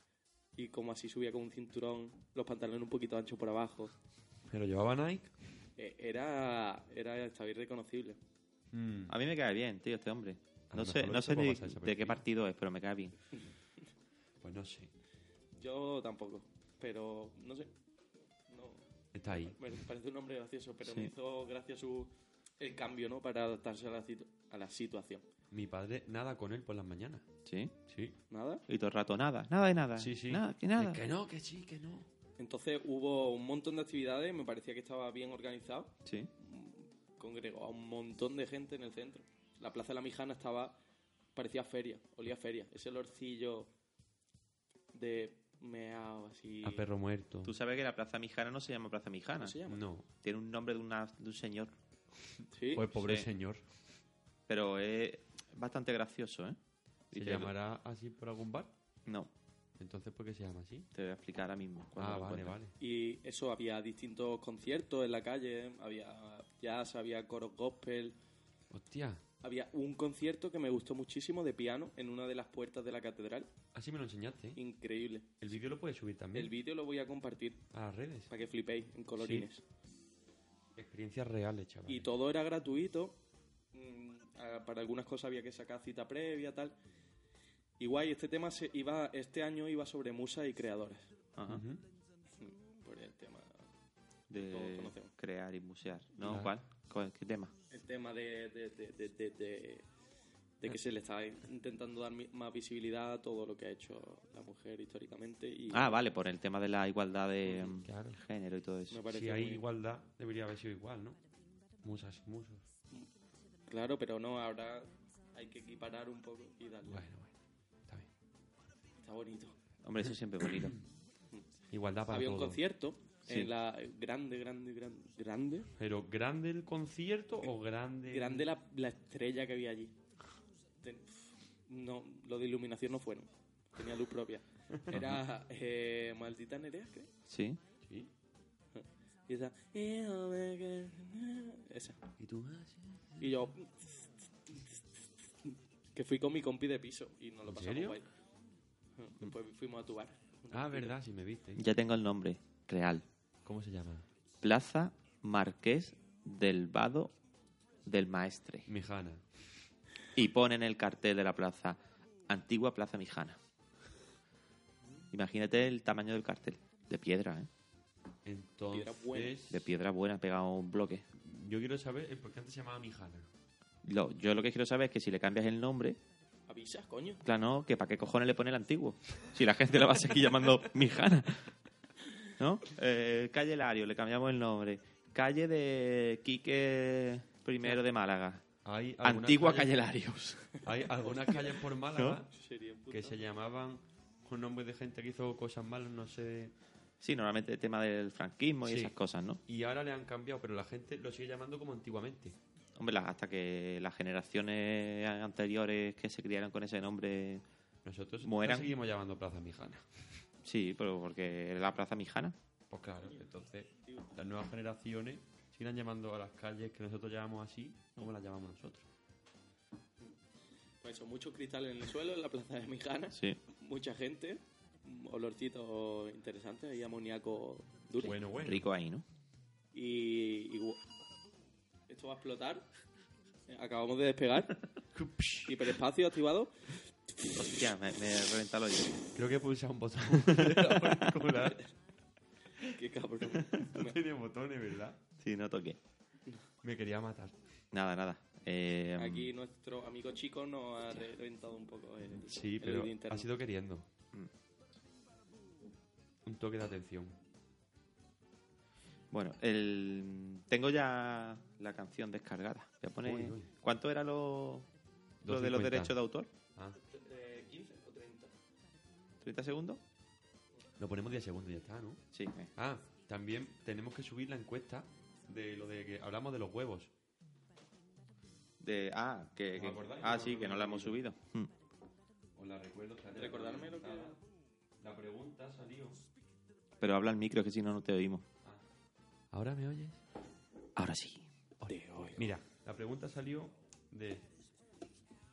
S2: Y como así subía con un cinturón, los pantalones un poquito anchos por abajo.
S3: ¿Me lo llevaba Nike?
S2: Eh, Era, era, estaba irreconocible.
S3: Mm.
S1: A mí me cae bien, tío, este hombre.
S3: A
S1: No
S3: lo
S1: sé,
S3: mejor
S1: no
S3: esto
S1: sé
S3: puede
S1: ni
S3: pasar
S1: de qué
S3: desapercibido.
S1: partido es, pero me cae bien.
S3: Pues no sé.
S2: Yo tampoco, pero no sé. No,
S3: Está ahí.
S2: me parece un hombre gracioso, pero
S1: Sí.
S2: me hizo gracia su, el cambio, ¿no? Para adaptarse a la, situ- a la situación.
S3: Mi padre nada con él por las mañanas.
S1: Sí.
S3: Sí.
S2: ¿Nada?
S1: Y todo el rato nada, nada de nada.
S3: Sí, sí.
S1: Ah, Nada, que nada.
S3: Que no, que sí, que no.
S2: Entonces hubo un montón de actividades, me parecía que estaba bien organizado.
S1: Sí.
S2: Congregó a un montón de gente en el centro. La Plaza de la Mijana estaba, parecía feria, olía a feria. Ese olorcillo de meao, así...
S3: A perro muerto.
S1: Tú sabes que la Plaza Mijana no se llama Plaza Mijana.
S3: ¿Ah,
S2: ¿Cómo se llama?
S3: No.
S1: Tiene un nombre de, una- de un señor.
S2: Sí.
S3: Pues pobre
S1: Sí.
S3: señor.
S1: Pero es bastante gracioso, ¿eh?
S3: ¿Se
S1: Dice-
S3: llamará así por algún bar?
S1: No,
S3: Entonces, ¿por qué se llama así?
S1: te voy a explicar ahora mismo. cuando
S3: Ah,
S1: lo
S3: vale,
S1: encuentre.
S3: vale.
S2: Y eso, había distintos conciertos en la calle, había jazz, había coros gospel,
S3: Hostia,
S2: había un concierto que me gustó muchísimo de piano en una de las puertas de la catedral,
S3: así me lo enseñaste. ¿eh?
S2: increíble.
S3: El vídeo lo puedes subir también
S2: El Pues- vídeo lo voy a compartir
S3: a las redes.
S2: para que flipéis en colorines.
S3: Experiencias reales, chaval.
S2: Y todo era gratuito, mm, ah, para algunas cosas había que sacar cita previa, tal. Y guay, este tema se iba, este año iba sobre musas y creadoras,
S1: Ajá.
S3: Ujú.
S2: por el tema, Todos
S1: De
S2: conocemos.
S1: crear y musear. ¿No?
S3: Claro.
S1: ¿Cuál? ¿Cuál? ¿Qué tema?
S2: el tema de, de, de, de, de- de- de que se le está intentando dar mi- más visibilidad a todo lo que ha hecho la mujer históricamente. Y
S1: Ah, vale, por el tema de la igualdad de mm,
S3: Claro.
S1: género y todo
S2: me
S1: eso.
S2: parece
S3: Si hay
S2: muy-
S3: igualdad, debería haber sido igual, ¿no? Musas y musos.
S2: Claro, pero no, ahora hay que equiparar un poco y darle.
S3: Bueno, bueno. Está bien.
S2: Está bonito.
S1: Hombre, eso siempre es bonito.
S3: <coughs> Igualdad para
S2: Había un
S3: todos.
S2: concierto
S1: Sí.
S2: en la grande, grande, grande, grande,
S3: Pero grande el concierto o grande.
S2: grande la, la estrella que había allí. Ten- No, lo de iluminación no fueron. Tenía luz
S1: <laughs>
S2: propia. Era eh, maldita Nerea, creo.
S1: Sí.
S3: Sí.
S2: Y esa. "Eh, Esa.
S3: Y tú.
S2: Y yo. Que fui con mi compi de piso y nos lo
S3: ¿En
S2: pasamos
S3: serio?
S2: guay. Después fuimos a tu bar.
S3: Ah, verdad, si me viste.
S1: Ya tengo el nombre. Real.
S3: ¿Cómo se llama?
S1: Plaza Marqués del Vado del Maestre.
S3: Mijana.
S1: Y ponen el cartel de la plaza. Antigua Plaza Mijana. Imagínate el tamaño del cartel. De piedra, ¿eh?
S2: Piedra buena.
S3: Entonces.
S1: De piedra buena, pegado a un bloque.
S3: Yo quiero saber el por qué antes se llamaba Mijana.
S1: Lo- yo lo que quiero saber es que si le cambias el nombre,
S2: Avisas, coño.
S1: claro, no, que para qué cojones le pone el antiguo. Si la gente la va a seguir llamando Mijana. ¿No? Eh, calle Lario, le cambiamos el nombre. Calle de Quique I de Málaga.
S3: Hay algunas
S1: Antigua Calle
S3: calles-
S1: Larios.
S3: Hay algunas calles <laughs> por Málaga
S2: Sería un
S3: que
S2: puto-
S3: se llamaban con nombres de gente que hizo cosas malas, no sé.
S1: Sí, normalmente el tema del franquismo y
S3: Sí.
S1: esas cosas, ¿no?
S3: Y ahora le han cambiado, pero la gente lo sigue llamando como antiguamente.
S1: Hombre, la- hasta que las generaciones anteriores que se criaron con ese nombre.
S3: Nosotros
S1: Mueran.
S3: la seguimos llamando Plaza Mijana.
S1: Sí, pero porque era la Plaza Mijana.
S3: Pues claro, entonces las nuevas generaciones siguen llamando a las calles que nosotros llamamos así, como las llamamos nosotros.
S2: Pues eso, muchos cristales en el suelo, en la plaza de Mijana.
S1: Sí.
S2: Mucha gente. un Olorcito interesante y amoníaco duro.
S3: Bueno, bueno.
S1: Rico ahí, ¿no?
S2: Y, y gu- Esto va a explotar. Eh, Acabamos de
S3: <laughs>
S2: despegar. Hiperespacio activado.
S1: Hostia, me, me he reventado el oído.
S3: Creo que he pulsado
S1: <laughs>
S3: un botón <laughs> de la particular.
S2: Qué cabrón.
S3: <laughs> No tenía botones, ¿verdad?
S1: Sí, no toqué.
S3: Me quería matar.
S1: Nada, nada. Eh,
S2: Aquí nuestro amigo chico nos ha reventado un poco el,
S3: Sí,
S2: el
S3: pero
S2: oído interno.
S3: ha sido queriendo.
S1: Mm.
S3: Un toque de atención.
S1: Bueno, el... tengo ya la canción descargada. Voy a poner...
S3: Uy, uy.
S1: ¿Cuánto era lo, lo de los
S3: 2.50.
S1: derechos de autor?
S3: Ah,
S2: Eh, 15 o 30.
S1: ¿30 segundos?
S3: lo ponemos 10 segundos y ya está, ¿no?
S1: Sí. eh.
S3: Ah, también tenemos que subir la encuesta de lo de que hablamos de los huevos.
S1: De... Ah, que,
S3: ¿Os
S1: que-
S3: acordáis?
S1: ah, sí, que no la hemos subido. Mm.
S3: Os la recuerdo. espérate, la
S2: Recordarme lo que
S3: pregunta-
S2: era.
S3: La pregunta salió...
S1: Pero habla al micro, que si no, no te oímos.
S3: ¿Ahora me oyes?
S1: Ahora sí.
S2: De hoy.
S3: Mira, la pregunta salió de...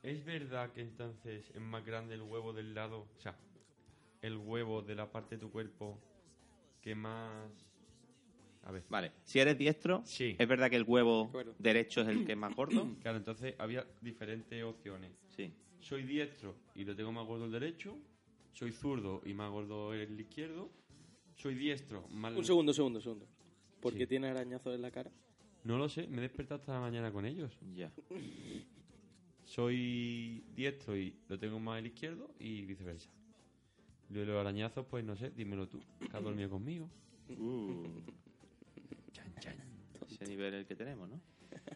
S3: ¿Es verdad que entonces es más grande el huevo del lado, o sea, el huevo de la parte de tu cuerpo que más... A ver.
S1: Vale, si eres diestro,
S3: Sí.
S1: ¿es verdad que el huevo
S2: Bueno.
S1: derecho es el que es más gordo?
S3: Claro, entonces había diferentes opciones.
S1: Sí.
S3: Soy diestro y lo tengo más gordo el derecho. Soy zurdo y más gordo el izquierdo. Soy diestro, más...
S2: Un segundo, segundo, segundo. ¿Por
S3: Sí.
S2: qué tiene arañazos en la cara?
S3: No lo sé, me he despertado hasta la mañana con ellos.
S1: Ya.
S3: soy diestro y lo tengo más el izquierdo y viceversa. Lo de los arañazos, pues no sé, dímelo tú, que has dormido conmigo. Uh. Chan, chan.
S1: Ese nivel es el que tenemos, ¿no?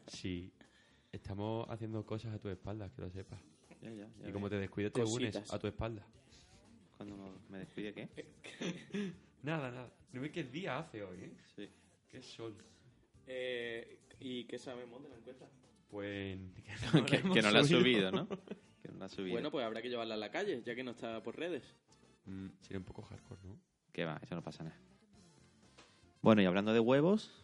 S3: Sí, estamos haciendo cosas a tu espalda, que lo sepas.
S1: Ya, ya, ya
S3: Y como
S1: ves.
S3: te descuides, te
S2: Cositas.
S3: unes a tu espalda.
S1: Cuando me despide, ¿qué?
S3: <laughs> Nada, nada. No ves qué día hace hoy, ¿eh?
S1: Sí.
S3: Qué sol.
S2: Eh, ¿Y qué sabemos de la encuesta?
S3: Pues... <laughs>
S1: <laughs> que, que no la ha subido, ¿no? Que no la ha subido.
S2: Bueno, pues habrá que llevarla a la calle, ya que no está por redes.
S3: Mm, sería un poco hardcore, ¿no?
S1: Que va, eso no pasa nada. Bueno, y hablando de huevos,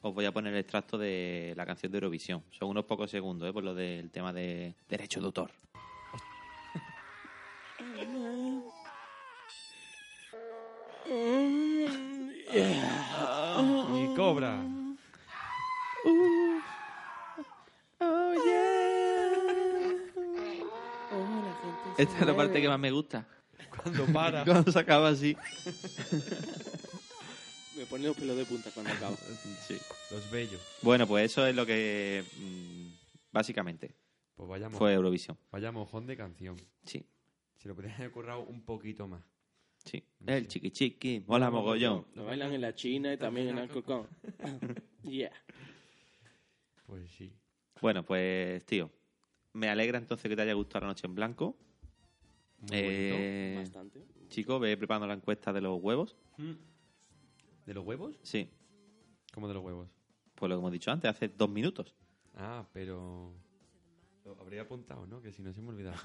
S1: os voy a poner el extracto de la canción de Eurovisión. Son unos pocos segundos, ¿eh? Por lo del tema de derecho de autor.
S3: ¡Y cobra!
S1: Esta es la parte que más me gusta.
S3: Cuando
S1: <laughs>
S3: para.
S1: Cuando se acaba así.
S2: Me pone los pelos de punta
S1: <laughs>
S2: cuando acabo.
S1: Sí.
S3: Los bellos.
S1: Bueno, pues eso es lo que. mm, Básicamente.
S3: Pues vaya, mo-
S1: Fue Eurovisión.
S3: vaya mojón de canción.
S1: Sí,
S3: Se lo podrían haber currado un poquito más.
S1: sí. El chiqui chiqui, mola mogollón.
S2: Lo bailan en la China y también
S1: <laughs>
S2: en Alcorcón. yeah.
S3: Pues sí.
S1: Bueno, pues, tío, me alegra entonces que te haya gustado la noche en blanco.
S3: Muy
S1: Eh,
S2: Bastante.
S1: Chicos, ve preparando la encuesta de los huevos.
S3: bonito. ¿De los huevos?
S1: Sí,
S3: Mm. ¿Cómo de los huevos?
S1: pues lo que hemos dicho antes, hace dos minutos.
S3: Ah, pero... Lo habría apuntado, ¿no? Que si no se me <laughs> olvidaba.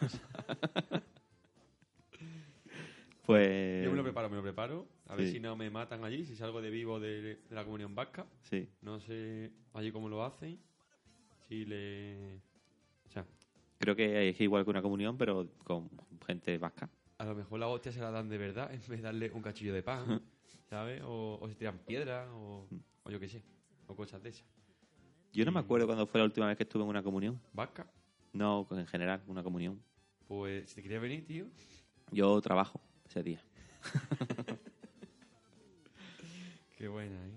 S1: Pues.
S3: Yo me lo preparo, me lo preparo. A ver
S1: sí.
S3: si no me matan allí, si salgo de vivo de, de la comunión vasca.
S1: Sí.
S3: No sé allí cómo lo hacen. Si le... O sea,
S1: Creo que es igual que una comunión, pero con gente vasca.
S3: a lo mejor la hostia se la dan de verdad en vez de darle un cachillo de <laughs> pan, ¿sabes? O, o se tiran piedras, <laughs> o, o yo qué sé, o cosas de esas.
S1: Yo no me
S3: Mm.
S1: acuerdo cuándo fue la última vez que estuve en una comunión.
S3: Vasca,
S1: No, en general, una comunión.
S3: pues si te querías venir, tío,
S1: Yo trabajo ese día.
S3: qué buena, ¿eh?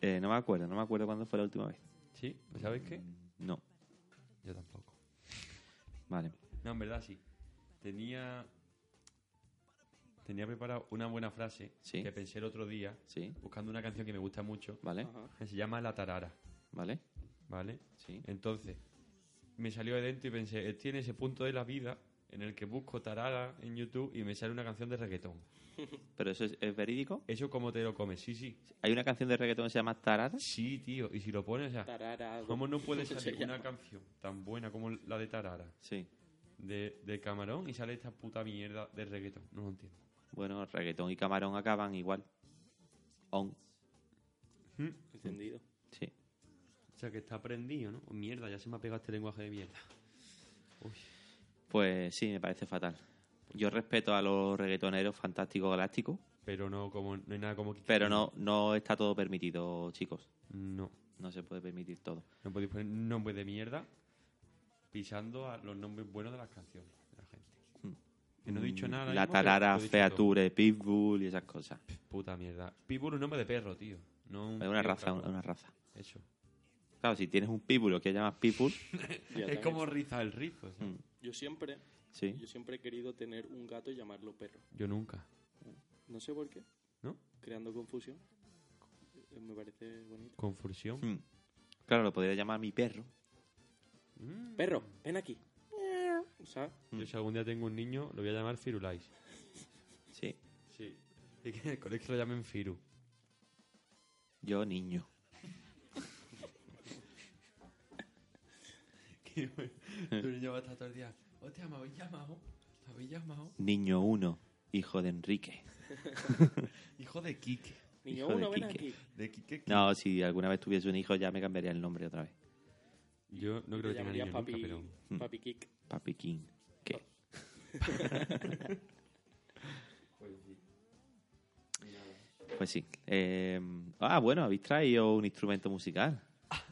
S1: Eh, no me acuerdo, no me acuerdo cuándo fue la última vez.
S3: ¿Sí? ¿Pues ¿Sabes qué?
S1: No,
S3: Yo tampoco.
S1: vale.
S3: No, en verdad sí. Tenía... Tenía preparado una buena frase
S1: Sí.
S3: que pensé el otro día
S1: Sí,
S3: buscando una canción que me gusta mucho
S1: vale,
S2: Ajá.
S3: que se llama La Tarara,
S1: vale,
S3: ¿vale?
S1: sí,
S3: Entonces, me salió de dentro y pensé, "Él tiene ese punto de la vida en el que busco tarara en YouTube y me sale una canción de reggaetón.
S1: pero eso es, es verídico.
S3: ¿Eso cómo te lo comes? Sí, sí.
S1: Hay una canción de reggaetón que se llama Tarara.
S3: Sí, tío. Y si lo pones, o sea,
S2: Tarara,
S3: ¿cómo no puede
S2: <laughs> se
S3: salir
S2: llama?
S3: una canción tan buena como la de tarara,
S1: Sí,
S3: de, de camarón, y sale esta puta mierda de reggaetón? No lo entiendo.
S1: bueno, reggaetón y camarón acaban igual. On, <laughs>
S2: Entendido.
S1: sí.
S3: O sea, que está aprendido, ¿no? Oh, mierda, ya se me ha pegado este lenguaje de mierda. Uy,
S1: Pues sí, me parece fatal. Yo respeto a los reggaetoneros fantásticos galácticos,
S3: pero no, como, no hay nada como... Kiki.
S1: pero no, no está todo permitido, chicos.
S3: No.
S1: No se puede permitir todo.
S3: No podéis poner nombres de mierda pisando a los nombres buenos de las canciones de la gente. Que no he dicho
S1: Mm,
S3: nada. ahora
S1: La
S3: mismo, pero
S1: tarara,
S3: lo he dicho todo.
S1: feature, pitbull y esas cosas.
S3: Puta mierda. Pitbull es un nombre de perro, tío. No un
S1: Es una
S3: tío,
S1: raza,
S3: cabrón.
S1: una raza.
S3: Eso.
S1: Claro, si tienes un pitbull o que llamas pitbull,
S2: Ya
S3: es
S2: tan
S3: como
S2: hecho.
S3: riza el rizo. ¿sabes?
S1: Mm.
S2: Yo siempre,
S1: sí.
S2: yo siempre he querido tener un gato y llamarlo perro.
S3: Yo nunca.
S2: No sé por qué.
S3: ¿No?
S2: Creando confusión. Eh, Me parece bonito.
S3: Confusión.
S1: Mm. Claro, lo podría llamar mi perro.
S3: Mm.
S2: Perro, ven aquí. ¿Sabes?
S3: Yo si algún día tengo un niño, lo voy a llamar Firulais.
S1: Sí.
S3: Sí. <laughs> Y que en el colegio lo llamen Firu.
S1: Yo niño.
S3: Que tu niño va a estar todo el día. "Oh, Hostia, me habéis llamado. Me habéis llamado.
S1: Niño uno, hijo de Enrique.
S3: Hijo de Quique.
S2: Niño
S1: Hijo de
S2: uno, ven
S1: Quique.
S2: aquí.
S3: De Quique.
S1: No, si alguna vez tuviese un hijo ya me cambiaría el nombre otra vez.
S3: Yo no creo
S2: Te
S3: que tenga niño
S2: llamaría papi,
S3: nunca, pero...
S2: papi Kick.
S1: Papi King. ¿Qué? <laughs> Pues sí. Eh, ah, bueno, habéis traído un instrumento musical.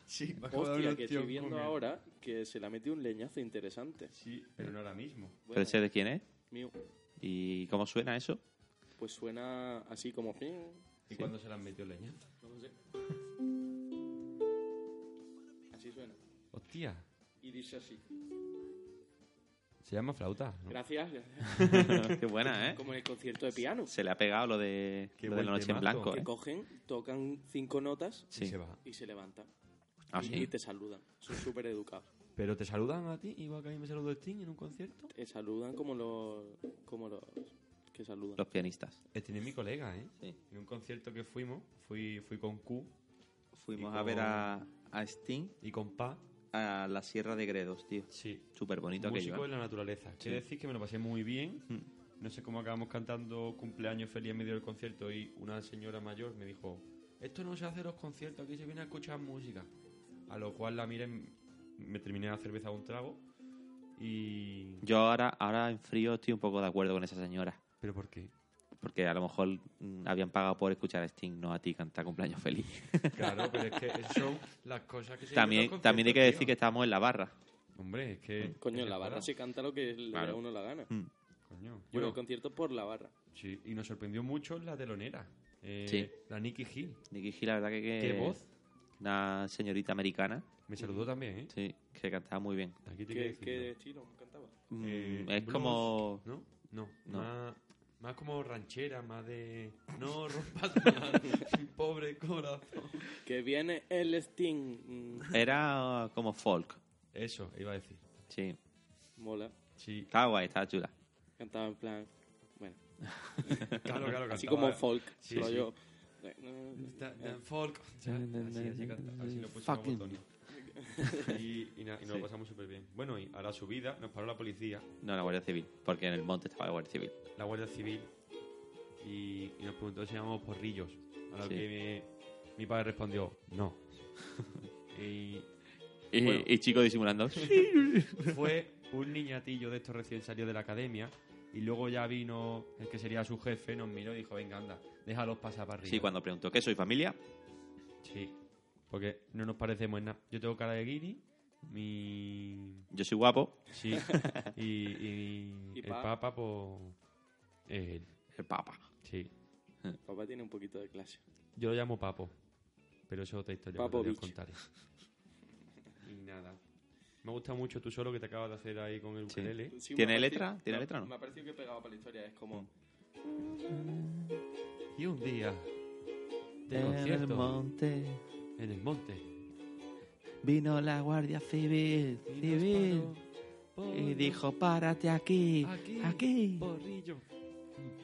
S3: Sí, me acabo de dar una
S2: Hostia, que estoy
S3: opción
S2: viendo
S3: con él.
S2: ahora que se le ha metido un leñazo interesante.
S3: Sí, pero no ahora mismo.
S1: ¿Pero ese de quién es?
S2: mío,
S1: ¿Y cómo suena <laughs> eso?
S2: pues suena así como...
S3: ¿Y cuándo se la han metido leña?
S2: No sé. Así suena.
S3: Hostia,
S2: Y dice así.
S3: se llama flauta. ¿no?
S2: Gracias, <laughs> gracias.
S1: Qué buena, ¿eh?
S2: Como en el concierto de piano.
S1: Se le ha pegado lo de,
S3: Qué
S1: lo de
S3: buen
S1: la noche en
S3: temazo.
S1: blanco.
S3: Qué
S1: ¿eh?
S2: Cogen, tocan cinco notas
S3: Y
S1: Sí.
S3: se va.
S2: y se levantan.
S1: Ah,
S2: y,
S1: sí.
S2: y te saludan. Son súper educados.
S3: Pero te saludan a ti, igual que a mí me saludó Sting en un concierto.
S2: Te saludan como los... Como los que saludan.
S1: Los pianistas.
S3: Sting es mi colega, ¿eh?
S1: Sí.
S3: En un concierto que fuimos, fui, fui con Q
S1: Fuimos
S3: Y
S1: a ver
S3: con-
S1: a, a Sting
S3: y con Pa.
S1: a la Sierra de Gredos, tío.
S3: Sí.
S1: Súper bonito aquello.
S3: Músico
S1: ¿eh?
S3: en la naturaleza.
S1: Sí. Mm.
S3: Quiero decir que me lo pasé muy bien. No sé cómo acabamos cantando cumpleaños feliz en medio del concierto y una señora mayor me dijo, esto no se hace en los conciertos, aquí se viene a escuchar música. A lo cual la miré, me terminé la cerveza a un trago y...
S1: Yo ahora, ahora en frío estoy un poco de acuerdo con esa señora.
S3: ¿Pero por qué?
S1: Porque a lo mejor mm, habían pagado por escuchar a Sting, no a ti cantar cumpleaños feliz.
S3: Claro,
S1: <laughs>
S3: pero es que esas son las cosas que se viven en
S1: también,
S3: los
S1: también hay que
S3: conciertos,
S1: decir que estábamos en la barra.
S3: tío. Hombre, es que...
S2: Mm, Coño,
S3: es
S2: en la
S3: que
S2: barra
S3: joda,
S2: se canta lo que le da
S1: Claro.
S2: uno la gana.
S1: Mm.
S3: coño.
S2: Yo voy
S3: Bueno,
S2: al concierto por la barra.
S3: sí, y nos sorprendió mucho la telonera. eh,
S1: Sí.
S3: La Nicky Hill.
S1: Nicky Hill, la verdad que... que-
S3: Qué voz.
S1: una señorita americana
S3: Me saludó también, ¿eh?
S1: sí, que cantaba muy bien.
S3: Aquí te
S2: ¿Qué,
S3: quiero
S2: qué
S3: decir,
S2: estilo cantaba?
S3: ¿no?
S1: Mm,
S3: Eh,
S1: es
S3: blues,
S1: como...
S3: ¿No? No.
S1: No.
S3: Más, más como ranchera, más de... <laughs> No rompas más, mi pobre corazón.
S2: Que viene el Steam. Mm,
S1: Era como folk,
S3: Eso, iba a decir.
S1: sí.
S2: mola.
S3: Sí,
S1: Estaba guay, estaba chula.
S2: Cantaba en plan. Bueno,
S3: claro, claro.
S2: así
S3: cantaba.
S2: como folk.
S3: Sí,
S2: rollo. Eh,
S3: Da- da- folk. Así, así canta- así lo pusimos
S1: Fucking.
S3: botones. Y, y, na- y nos lo pasamos súper bien. Bueno, y a la subida nos paró la policía,
S1: No, la Guardia Civil, porque en el monte estaba la Guardia Civil.
S3: la Guardia Civil, y, y nos preguntó si llamamos porrillos. A lo
S1: Sí.
S3: que mi, mi padre respondió, no. y
S1: Y,
S3: Bueno.
S1: y chico disimulando. Sí.
S3: fue un niñatillo de estos recién salido de la academia. Y luego ya vino el que sería su jefe, nos miró y dijo, venga, anda, déjalos pasar para arriba.
S1: Sí, cuando preguntó ¿qué soy familia,
S3: Sí, porque no nos parecemos en nada. Yo tengo cara de guiri, mi...
S1: yo soy guapo, <laughs>
S3: Sí, y, y
S2: ¿Y
S3: el
S2: pa?
S3: Papa, pues... es él,
S1: el papa.
S3: sí.
S2: Papá tiene un poquito de clase.
S3: Yo lo llamo Papo, pero eso es otra historia
S2: Papo
S3: que te
S2: Beach. <laughs>
S3: contaré. Y nada. Me gusta mucho tú solo que te acabas de hacer ahí con el
S1: Sí.
S3: ukelele.
S2: Sí, me
S1: ¿Tiene
S2: ha parecido-
S1: letra? ¿Tiene
S2: me-
S1: letra o no? Mm.
S2: Me ha parecido que pegaba para la historia. Es como.
S3: Y un día de concierto
S1: monte
S3: en el monte.
S1: vino la Guardia Civil,
S3: nos paró,
S1: y
S3: porro,
S1: dijo, párate aquí,
S3: aquí,
S1: aquí.
S3: porrillo,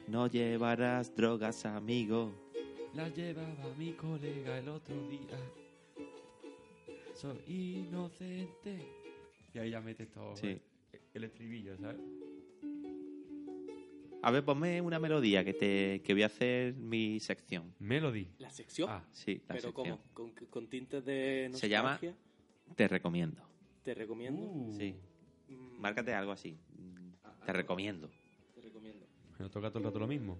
S1: No llevarás drogas, amigo.
S3: la llevaba mi colega el otro día. Soy inocente. Y ahí ya metes todo
S1: Sí.
S3: el- el estribillo, ¿sabes?
S1: A ver, ponme una melodía que te que voy a hacer mi sección.
S3: Melody.
S2: La sección.
S3: Ah,
S1: Sí, la
S2: pero
S1: sección.
S2: como. Con, con tintes de.
S1: Se llama-
S2: nostalgia.
S1: Te recomiendo.
S2: Te recomiendo.
S3: Uh.
S1: Sí.
S2: Mm, Ah,
S1: Márcate algo así. Mm, Te recomiendo.
S2: Te recomiendo.
S3: Nos toca todo el rato lo mismo.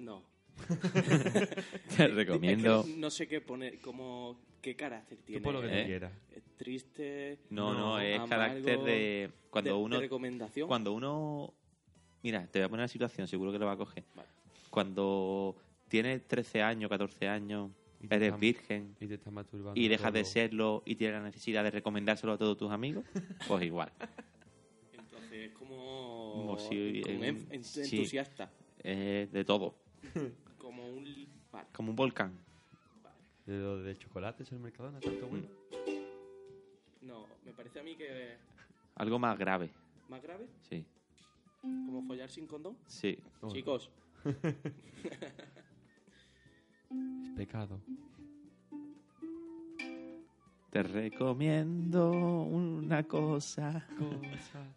S2: No.
S1: <laughs> <laughs> Te recomiendo.
S2: Es que no sé qué poner. Como. ¿Qué carácter tiene?
S3: Tú pon lo que
S1: eh.
S3: tú quieras.
S2: Es Triste.
S1: <laughs> No, no,
S2: no,
S1: es
S2: amargo,
S1: carácter de cuando
S2: de- de
S1: uno
S2: recomendación.
S1: cuando uno mira, te voy a poner la situación, seguro que lo va a coger.
S2: Vale.
S1: Cuando tienes 13 años, 14 años,
S3: Y te
S1: eres
S3: están-
S1: virgen
S3: Y te estás masturbando.
S1: y dejas de
S3: solo.
S1: serlo y tienes la necesidad de recomendárselo a todos tus amigos, pues igual.
S2: Entonces es como.
S1: Como si-
S2: como
S1: eh,
S2: en- en-
S1: sí.
S2: entusiasta.
S1: Eh, de todo,
S2: Como un. Vale.
S1: como un volcán.
S3: De lo de chocolates en el Mercadona, tanto bueno.
S2: No, me parece a mí que.
S1: Algo más grave,
S2: ¿Más grave?
S1: sí.
S2: ¿Como follar sin condón?
S1: Sí.
S3: Oh,
S2: Chicos,
S1: Mm.
S3: Es pecado.
S1: Te recomiendo una cosa.
S3: Cosa.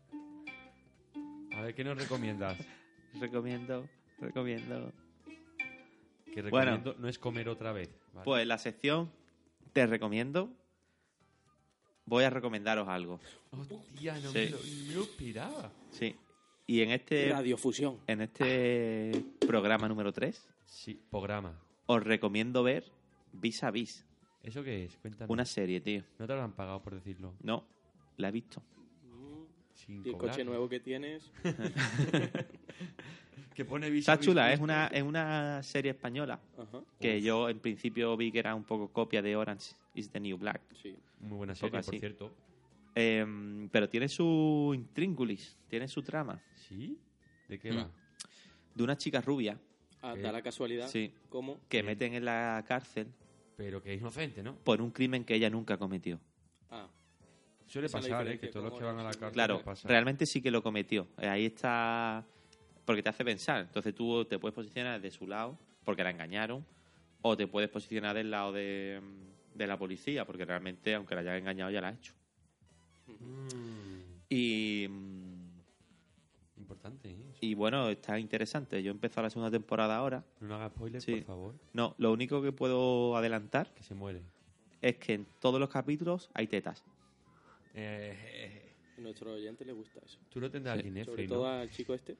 S3: A ver, ¿qué nos recomiendas?
S1: Recomiendo, recomiendo.
S3: Que
S1: Bueno.
S3: recomiendo no es comer otra vez. ¿vale?
S1: Pues la sección te recomiendo. Voy a recomendaros algo.
S3: Hostia, no
S1: Sí.
S3: me lo, no lo esperaba.
S1: Sí. Y en
S3: Eh,
S1: este
S2: radiofusión.
S1: en este programa número 3
S3: Sí, programa.
S1: os recomiendo ver Vis a Vis,
S3: ¿Eso qué es? Cuéntanos.
S1: una serie, tío.
S3: No te lo han pagado por decirlo.
S1: No, la he visto.
S2: Mm,
S3: Sin
S2: Y el
S3: cobrar.
S2: coche nuevo que tienes.
S3: Que pone vis a
S1: Está
S3: vis
S1: chula,
S3: justo.
S1: es una es una serie española
S2: Ajá.
S1: que yo en principio vi que era un poco copia de Orange is the New Black.
S2: Sí.
S3: Muy buena
S1: Poco
S3: serie, por
S1: así.
S3: cierto.
S1: Em, pero tiene su intríngulis, tiene su trama
S3: ¿Sí? ¿De qué
S1: Mm.
S3: va?
S1: de una chica rubia
S2: Ah,
S3: Eh,
S2: da la casualidad.
S1: sí.
S2: Como.
S1: que meten en la cárcel
S3: Pero que es inocente, ¿no?
S1: por un crimen que ella nunca cometió.
S2: Ah,
S3: Suele
S2: Esa es la
S3: pasar, ¿eh?
S2: diferencia,
S3: Que todos los
S2: como
S3: que van a la
S2: los-
S3: cárcel
S1: Claro,
S3: pasa.
S1: realmente sí que lo cometió. Eh, Ahí está. Porque te hace pensar. Entonces tú te puedes posicionar de su lado, porque la engañaron, o te puedes posicionar del lado de, mm, de la policía, porque realmente, aunque la hayan engañado, ya la ha hecho.
S3: Mm,
S1: Y, mm,
S3: importante, ¿eh? Eso.
S1: y bueno, está interesante. Yo he empezado la segunda temporada ahora.
S3: No hagas spoilers,
S1: Sí.
S3: por favor.
S1: No, lo único que puedo adelantar
S3: Que se muere.
S1: es que en todos los capítulos hay tetas. <laughs>
S3: Eh,
S2: a nuestro oyente le gusta eso.
S3: tú lo tendrás aquí,
S2: Sobre
S3: Netflix,
S2: todo
S3: ¿no?
S2: al chico este.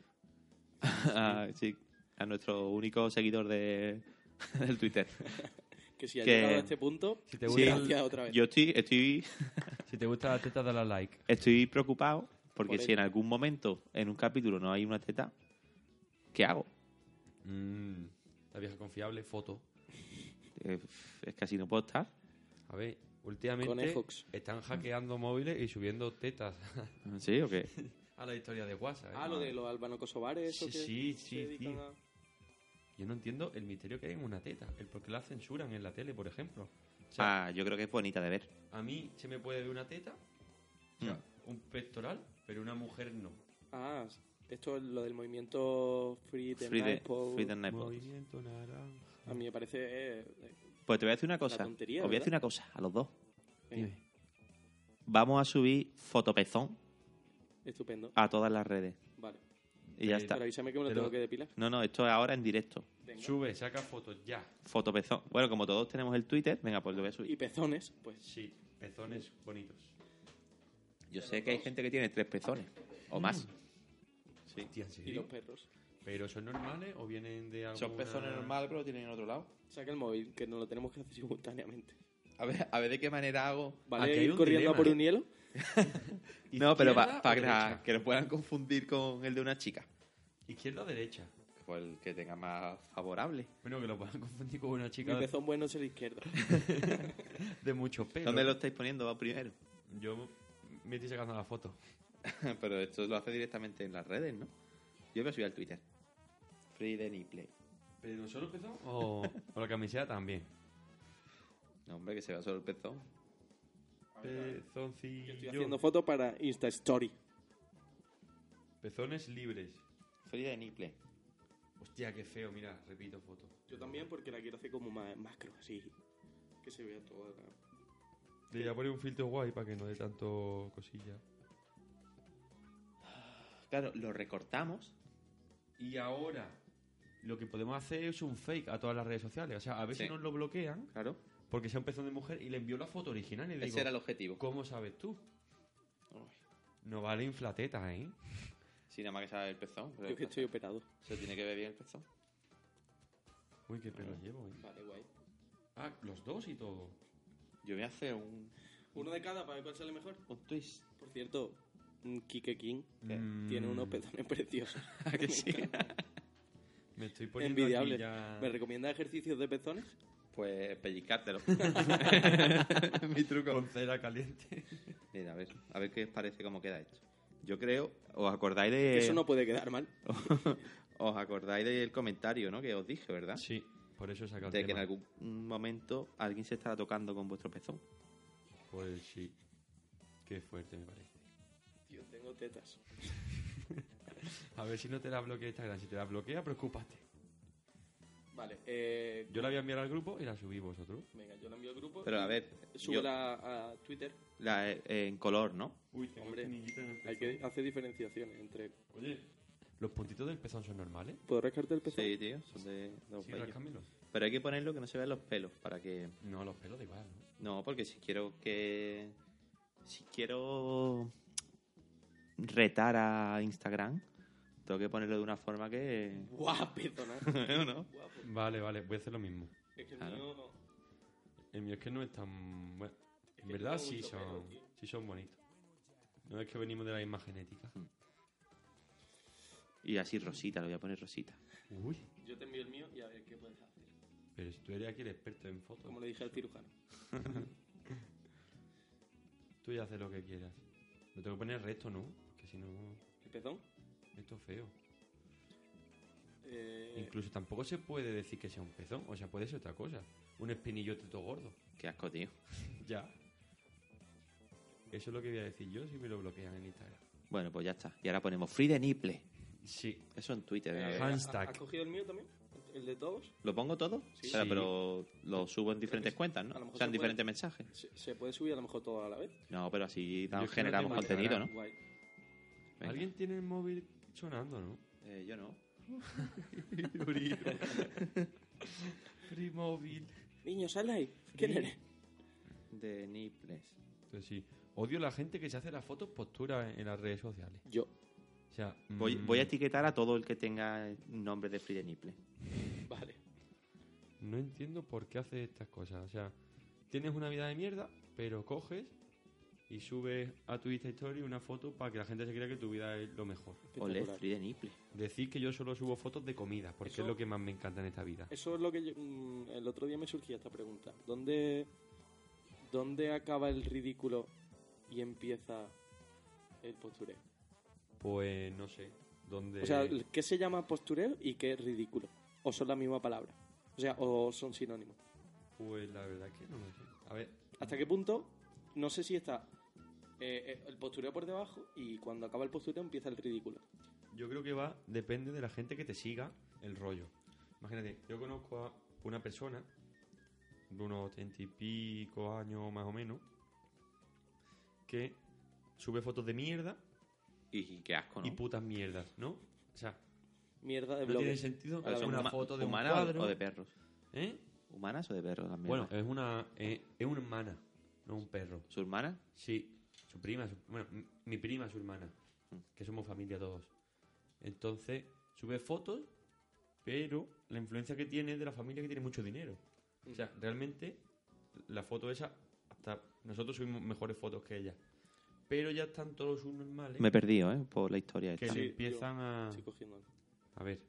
S1: Ah, sí, a nuestro único seguidor de, <laughs> del Twitter.
S2: Que si ha
S1: Que-
S2: llegado a este punto.
S3: Si te
S1: Sí.
S3: gusta,
S2: gracias otra vez.
S1: Yo estoy, estoy
S3: si te gusta la teta, dale a like.
S1: Estoy preocupado porque
S2: Por
S1: si en algún momento, en un capítulo, no hay una teta, ¿qué hago?
S3: Mm, la vieja confiable, foto.
S1: eh, es que así no puedo estar.
S3: A ver, últimamente
S2: Conejos.
S3: están hackeando móviles y subiendo tetas <laughs>
S1: ¿Sí o qué?
S3: a la historia de WhatsApp. ¿eh?
S2: Ah, lo de los albano-kosovares. eso
S3: Sí,
S2: que
S3: sí,
S2: se
S3: sí,
S2: dedican
S3: tío.
S2: a-
S3: Yo no entiendo el misterio que hay en una teta, el por qué la censuran en la tele, por ejemplo. O sea,
S1: Ah, yo creo que es bonita de ver.
S3: a mí se me puede ver una teta, o sea, un pectoral, pero una mujer no.
S2: Ah, esto es lo del movimiento Free the
S1: Free the,
S2: Night Post.
S1: free the Night Boat.
S3: Movimiento naranja.
S2: A mí me parece... eh, eh,
S1: Pues te voy a decir una cosa.
S2: tontería,
S1: Os voy a decir
S2: ¿verdad?
S1: una cosa, a los dos.
S2: eh,
S1: Vamos a subir fotopezón
S2: estupendo.
S3: Ah,
S1: a todas las redes.
S2: Vale. Eh,
S1: Y ya
S3: Pero-
S1: está.
S2: Pero avísame que me lo
S3: Pero-
S2: tengo que depilar.
S1: No, no, esto es ahora en directo.
S2: Venga.
S3: Sube, saca fotos ya.
S1: Fotopezón. Bueno, como todos tenemos el Twitter, venga, pues lo voy a
S2: Y
S1: subir.
S2: pezones, pues.
S3: Sí, pezones bonitos.
S1: Yo sé que hay gente que tiene tres pezones
S3: Mm.
S1: o más. Sí.
S3: Hostia, ¿en
S2: Y
S3: serio?
S2: los perros.
S3: ¿Pero son normales o vienen de alguna...?
S1: Son pezones normales, pero lo tienen en otro lado.
S2: Saca el móvil, que no lo tenemos que hacer <laughs> simultáneamente.
S1: A ver, a ver de qué manera hago.
S2: ¿Vale?
S3: Aquí hay
S2: Ir
S3: un
S2: corriendo
S3: dilema,
S2: a por
S3: ¿eh?
S2: un hielo.
S1: No, pero
S3: ¿Izquierda
S1: para
S3: o derecha?
S1: que lo puedan confundir con el de una chica.
S3: ¿Izquierda o derecha?
S1: Pues el que tenga más favorable.
S3: Bueno, que lo puedan <laughs> confundir con una
S2: Mi
S3: chica
S2: pezón bueno es el
S3: <laughs>
S2: izquierdo.
S3: de mucho pelo.
S1: ¿Dónde lo estáis poniendo? Va primero.
S3: Yo me estoy sacando la foto.
S1: <laughs> Pero esto lo hace directamente en las redes, ¿no? Yo voy a subir al Twitter. Free the Play.
S3: ¿Pero solo pezón o, o la camiseta también?
S1: No, hombre, que se va solo el pezón.
S3: Pezoncillo.
S2: Estoy haciendo fotos para Insta Story.
S3: Pezones libres.
S1: Free the Nipple.
S3: Hostia, qué feo, mira, repito foto.
S2: Yo también, porque la quiero hacer como más macro, así. Que se vea toda la...
S3: Le voy a poner un filtro guay para que no dé tanto cosilla.
S1: Claro, lo recortamos.
S3: Y ahora, lo que podemos hacer es un fake a todas las redes sociales. O sea, a ver
S1: Sí.
S3: si nos lo bloquean
S1: Claro.
S3: porque sea un pezón de mujer y le envió la foto original y le digo,
S1: Ese era el objetivo.
S3: ¿cómo sabes tú?
S1: Uy,
S3: No vale inflateta, ¿eh?
S1: Sí, nada más que sabe el pezón. pero
S2: Yo que
S1: ya está.
S2: estoy operado.
S1: Se tiene que ver bien el pezón.
S3: Uy, qué pelo llevo, ¿eh?
S2: Vale, guay.
S3: Ah, los dos y todo.
S1: Yo voy a hacer un,
S2: Uno de cada para ver cuál sale mejor.
S1: un twist.
S2: Por cierto, mm, Kike King
S3: Mm.
S2: Eh, tiene unos pezones preciosos.
S1: <laughs> ¿A que sí?
S3: Me estoy poniendo
S2: Envidiable.
S3: Pues aquí ya-
S2: ¿Me recomienda ejercicios de pezones?
S1: <laughs> pues pellizcártelo. Mi truco.
S3: con cera caliente.
S1: Mira, a ver, a ver qué os parece cómo queda esto. Yo creo, os acordáis de.
S2: Eso no puede quedar mal.
S1: os acordáis del comentario, ¿no? Que os dije, ¿verdad?
S3: Sí, por eso he sacado el
S1: De que en
S3: tema.
S1: algún momento alguien se estará tocando con vuestro pezón.
S3: Pues sí. Qué fuerte me parece.
S2: Tío, tengo tetas.
S3: A ver si no te la bloquea Instagram. Si te la bloquea, preocúpate.
S2: Vale, eh,
S3: Yo la voy a enviar al grupo y la subí vosotros.
S2: venga, yo la envío al grupo.
S1: Pero
S2: y
S1: a ver, yo-
S2: Súbela a Twitter.
S1: la- eh, en color, ¿no?
S3: Uy,
S2: tengo espinillita Hay que hacer diferenciaciones entre...
S3: Oye, ¿los puntitos del pezón son normales?
S2: ¿Puedo rascarte el pezón?
S1: Sí, tío, son de dos
S3: Sí,
S1: vellos.
S3: rascámelo.
S1: Pero hay que ponerlo que no se vean los pelos para que.
S3: No, los pelos da igual, ¿no?
S1: No, porque si quiero que. Si quiero retar a Instagram, tengo que ponerlo de una forma que. <laughs>
S2: ¡Guau, pezonas!
S1: ¿No?
S2: Guapo.
S3: Vale, vale, voy a hacer lo mismo.
S2: Es que el
S1: Claro.
S2: mío...
S3: El mío es que no es tan... bueno, en
S2: que
S3: verdad
S2: tengo
S3: sí
S2: mucho pelo,
S3: son,
S2: tío.
S3: sí son bonitos. No es que venimos de la misma genética.
S1: Y así Rosita, lo voy a poner Rosita.
S3: Uy,
S2: Yo te envío el mío y a ver qué puedes hacer.
S3: pero si tú eres aquí el experto en fotos,
S2: Como le dije al cirujano.
S3: tú ya haces lo que quieras. Lo tengo que poner recto, ¿no? Que si no,
S2: ¿El pezón?
S3: esto es feo.
S2: Eh,
S3: Incluso tampoco se puede decir que sea un pezón, o sea, puede ser otra cosa. Un espinillote todo
S1: <laughs>
S3: gordo.
S1: Qué asco, tío.
S3: Ya. Eso es lo que voy a decir yo si me lo bloquean en Instagram.
S1: Bueno, pues ya está. Y ahora ponemos Free the Nipple.
S3: Sí.
S1: Eso en Twitter. venga,
S2: eh,
S1: venga.
S3: Handstack.
S2: ¿ha- ¿Has cogido el mío también? ¿El de todos?
S1: ¿Lo pongo todo?
S2: Sí.
S1: Espera,
S3: Sí.
S1: pero lo subo en diferentes cuentas,
S2: a lo
S1: ¿no?
S2: mejor
S1: O sea, en
S2: se puede.
S1: diferentes mensajes.
S2: ¿Se, se puede subir a lo mejor todo a la vez?
S1: No, pero así
S3: Yo es que no
S1: generamos
S3: tengo
S1: contenido, ¿no?
S3: Instagram.
S2: Guay.
S1: Venga.
S3: ¿Alguien tiene el móvil sonando, no?
S1: Eh, yo no.
S3: Free móvil.
S2: Niño, sal de ahí. ¿Quién
S3: Sí.
S2: eres?
S1: De Nipples.
S3: Entonces sí. Odio la gente que se hace las fotos postura en, en las redes sociales.
S2: Yo.
S3: O sea,
S1: Voy,
S3: mm,
S1: voy a etiquetar a todo el que tenga nombre de Free the Nipple.
S2: Vale.
S3: no entiendo por qué haces estas cosas. O sea, tienes una vida de mierda, pero coges y subes a tu Insta Story una foto para que la gente se crea que tu vida es lo mejor.
S1: Olé,
S2: Espectacular.
S1: free de nipple.
S3: Decir que yo solo subo fotos de comida, porque
S2: Eso-
S3: es lo que más me encanta en esta vida.
S2: Eso es lo que yo- mm, el otro día me surgía esta pregunta. ¿Dónde, ¿Dónde acaba el ridículo y empieza el postureo?
S3: Pues no sé, ¿dónde...?
S2: O sea, ¿qué se llama postureo y qué es ridículo? ¿O son la misma palabra? O sea, ¿o son sinónimos?
S3: Pues la verdad que no lo sé. A ver,
S2: ¿Hasta qué punto? No sé si está eh, eh, el postureo por debajo y cuando acaba el postureo empieza el ridículo.
S3: yo creo que va, depende de la gente que te siga el rollo. Imagínate, yo conozco a una persona de unos treinta y pico años más o menos que sube fotos de mierda
S1: Y, y qué asco, ¿no?
S3: y putas mierdas, ¿no? O sea,
S2: Mierda de
S3: no
S2: blog.
S3: tiene sentido
S1: Pero
S3: hacer
S1: son
S3: una
S1: huma-
S3: foto de un
S1: humanas o-
S3: cuadro.
S1: o de perros.
S3: ¿Eh?
S1: ¿Humanas o de perros también?
S3: Bueno, es una, eh, es una hermana, no un perro.
S1: ¿Su hermana?
S3: Sí, su prima, su- bueno, m- mi prima, su hermana, que somos familia todos. Entonces, sube fotos, pero la influencia que tiene es de la familia que tiene mucho dinero. O sea, realmente, la foto esa, hasta nosotros subimos mejores fotos que ella. Pero ya están todos sus normales
S1: Me he perdido, ¿eh? Por la historia
S3: que
S1: esta.
S3: le
S2: Sí,
S3: empiezan a...
S2: Estoy cogiendo algo.
S3: A ver,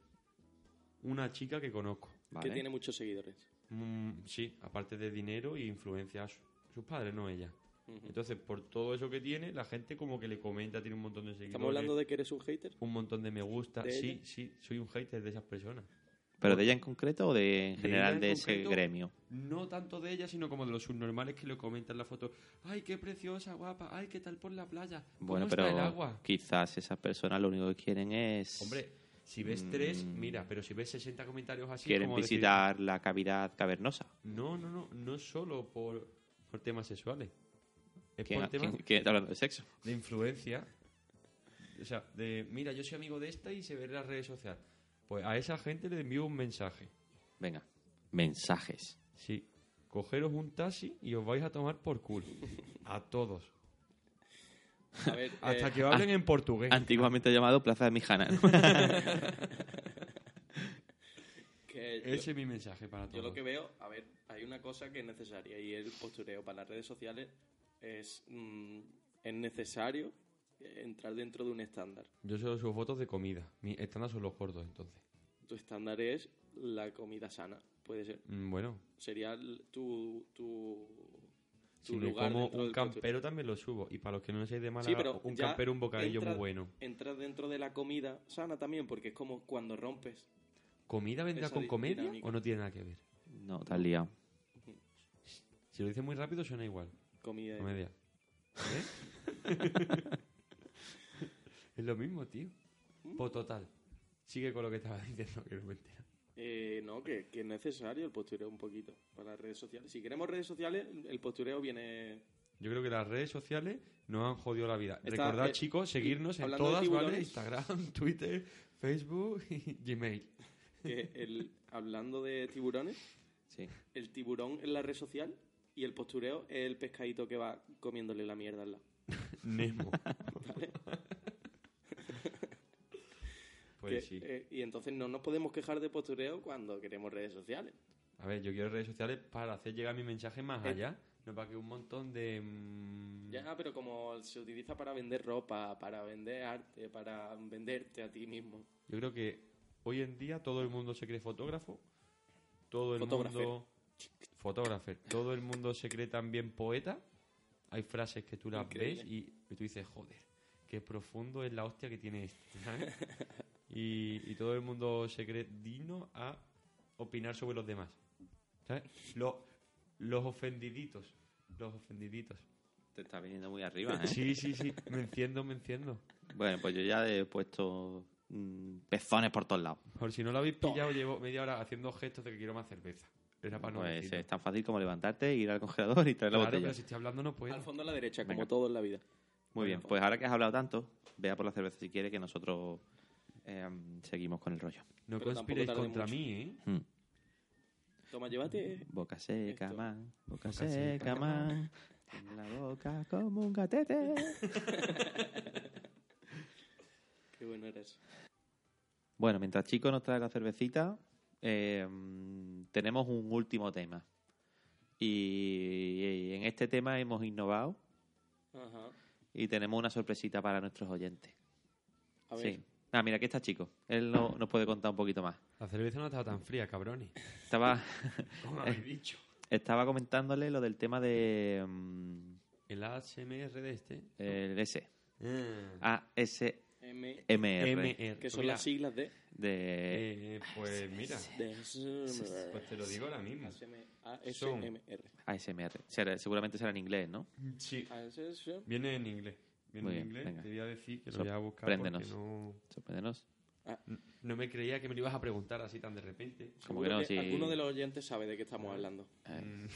S3: una chica que conozco.
S1: Vale.
S2: Que tiene muchos seguidores.
S3: Mm, sí, aparte de dinero y influencia a su- sus padres, no ella.
S2: Ujú.
S3: Entonces, por todo eso que tiene, la gente como que le comenta, tiene un montón de seguidores.
S2: ¿Estamos hablando de que eres un hater?
S3: un montón de me gusta.
S2: ¿De
S3: sí,
S2: ella?
S3: sí, soy un hater de esas personas.
S1: ¿Pero de ella en concreto o de en
S3: De
S1: general
S3: ella
S1: de,
S3: en
S1: ese
S3: concreto,
S1: gremio?
S3: No tanto de ella, sino como de los subnormales que le comentan la foto. ¡Ay, qué preciosa, guapa! ¡Ay, qué tal por la playa! ¿Cómo
S1: Bueno,
S3: está
S1: pero
S3: el agua?
S1: quizás esas personas lo único que quieren es...
S3: Hombre, si ves tres,
S1: Mm.
S3: mira, pero si ves 60 comentarios así...
S1: quieren
S3: como decir,
S1: visitar la cavidad cavernosa.
S3: no, no, no, no es solo por, por temas sexuales. Es
S1: ¿Quién,
S3: por temas
S1: quién- quién está hablando de sexo?
S3: de influencia. O sea, de, mira, yo soy amigo de esta y se ve en las redes sociales. Pues a esa gente le envío un mensaje.
S1: Venga, mensajes.
S3: Sí, cogeros un taxi y os vais a tomar por culo. A todos.
S2: A ver,
S3: <laughs> Hasta
S2: eh,
S3: que hablen en portugués.
S1: Antiguamente llamado Plaza de Mijana. ¿no?
S3: <laughs>
S2: que yo-
S3: Ese es mi mensaje para todos.
S2: Yo lo que veo, a ver, hay una cosa que es necesaria y el postureo para las redes sociales es, mm, es necesario eh, entrar dentro de un estándar.
S3: Yo solo subo fotos de comida. Mi estándar son los gordos, entonces.
S2: Tu estándar es la comida sana, puede ser.
S3: Mm, Bueno,
S2: Sería el- tu, tu, tu
S3: si me
S2: lugar
S3: como
S2: dentro
S3: un
S2: del
S3: campero también lo subo. Y para los que no seáis de Málaga,
S2: Sí, pero
S3: un
S2: ya
S3: campero, un bocadillo
S2: entra-
S3: muy bueno.
S2: Entras dentro de la comida sana también porque es como cuando rompes.
S3: ¿Comida vendrá
S2: Esa
S3: con
S2: di-
S3: comedia
S2: dinámica.
S3: o no tiene nada que ver?
S1: No, te has liado.
S3: Si lo dices muy rápido suena igual.
S2: Comida y-
S3: Comedia. ¿Eh? <laughs> es lo mismo, tío.
S2: ¿Mm?
S3: Pues total. Sigue con lo que estaba diciendo, que no me entero.
S2: Eh, no, que, que es necesario el postureo un poquito para las redes sociales. Si queremos redes sociales, el postureo viene
S3: Yo creo que las redes sociales nos han jodido la vida.
S2: Está,
S3: Recordad,
S2: eh,
S3: chicos, seguirnos en
S2: hablando de
S3: todas, ¿vale?
S2: tiburones.
S3: Instagram, <laughs> Twitter, Facebook y Gmail.
S2: que el, hablando de tiburones,
S1: Sí.
S2: el tiburón es la red social y el postureo es el pescadito que va comiéndole la mierda al lado. <laughs>
S3: Nemo.
S2: Que,
S3: pues sí.
S2: eh, y entonces no nos podemos quejar de postureo cuando queremos redes sociales.
S3: A ver, yo quiero redes sociales para hacer llegar mi mensaje más
S2: Eh.
S3: allá. No para que un montón de... mm,
S2: Ya, pero como se utiliza para vender ropa, para vender arte, para venderte a ti mismo.
S3: Yo creo que hoy en día todo el mundo se cree fotógrafo, todo el
S2: Fotógrafer.
S3: mundo fotógrafo, todo el mundo se cree también poeta. Hay frases que tú las
S2: Increíble.
S3: ves y, y tú dices, joder, qué profundo es la hostia que tiene este.
S2: <laughs>
S3: ¿sabes? y, y todo el mundo se cree digno a opinar sobre los demás. ¿Sabes? Lo- los ofendiditos. Los ofendiditos.
S1: Te está viniendo muy arriba, ¿eh?
S3: Sí, sí, sí. Me enciendo, me enciendo.
S1: Bueno, pues yo ya he puesto mm, pezones por todos lados.
S3: Por si no lo habéis pillado, llevo media hora haciendo gestos de que quiero más cerveza. Era para no
S1: Pues
S3: decirlo.
S1: es tan fácil como levantarte, e ir al congelador y traer la
S3: Claro,
S1: botella.
S3: pero si estoy hablando no puedo.
S2: Al fondo a la derecha,
S1: Venga.
S2: como todo en la vida.
S1: Muy bien, pues ahora que has hablado tanto, vea por la cerveza si quiere que nosotros eh, seguimos con el rollo.
S3: No
S2: pero
S3: conspiréis
S2: tampoco tarde
S3: contra
S2: mucho.
S3: mí, ¿eh?
S1: Mm.
S2: Toma, llévate.
S1: Boca seca,
S2: Esto.
S1: man. Boca,
S3: Boca
S1: seca,
S3: seca,
S1: man. Con la boca como un gatete.
S2: Qué bueno eres.
S1: bueno, mientras Chico nos trae la cervecita, eh, tenemos un último tema. Y, en este tema hemos innovado
S2: Ajá.
S1: Y tenemos una sorpresita para nuestros oyentes.
S2: A ver.
S1: Sí. Ah, mira, aquí está Chico. Él no- nos puede contar un poquito más.
S3: La cerveza no estaba tan
S2: <laughs>
S3: fría, cabrones.
S1: Estaba, <laughs>
S3: Como habéis dicho.
S1: estaba comentándole lo del tema de mm,
S3: <laughs> El ASMR de este.
S1: el S.
S3: Ah.
S1: ASMR.
S2: M,
S3: MR.
S2: que son
S3: Eh, Mira,
S2: las siglas de.
S1: De,
S3: eh, pues mira, pues te lo digo ahora mismo. Son.
S2: ASMR.
S1: ASMR. Será- seguramente será en inglés, ¿no?
S3: Sí.
S2: ASMR.
S3: Viene en inglés. Viene
S1: Muy
S3: en
S1: bien,
S3: inglés.
S1: venga.
S3: Te voy a decir que lo
S1: Sor-
S3: voy a buscar
S1: préndenos.
S3: porque no,
S1: Sorpréndenos.
S3: no me creía que me lo ibas a preguntar así tan de repente.
S1: Como que no, sí.
S2: Alguno de los oyentes sabe de qué estamos hablando.
S1: Eh,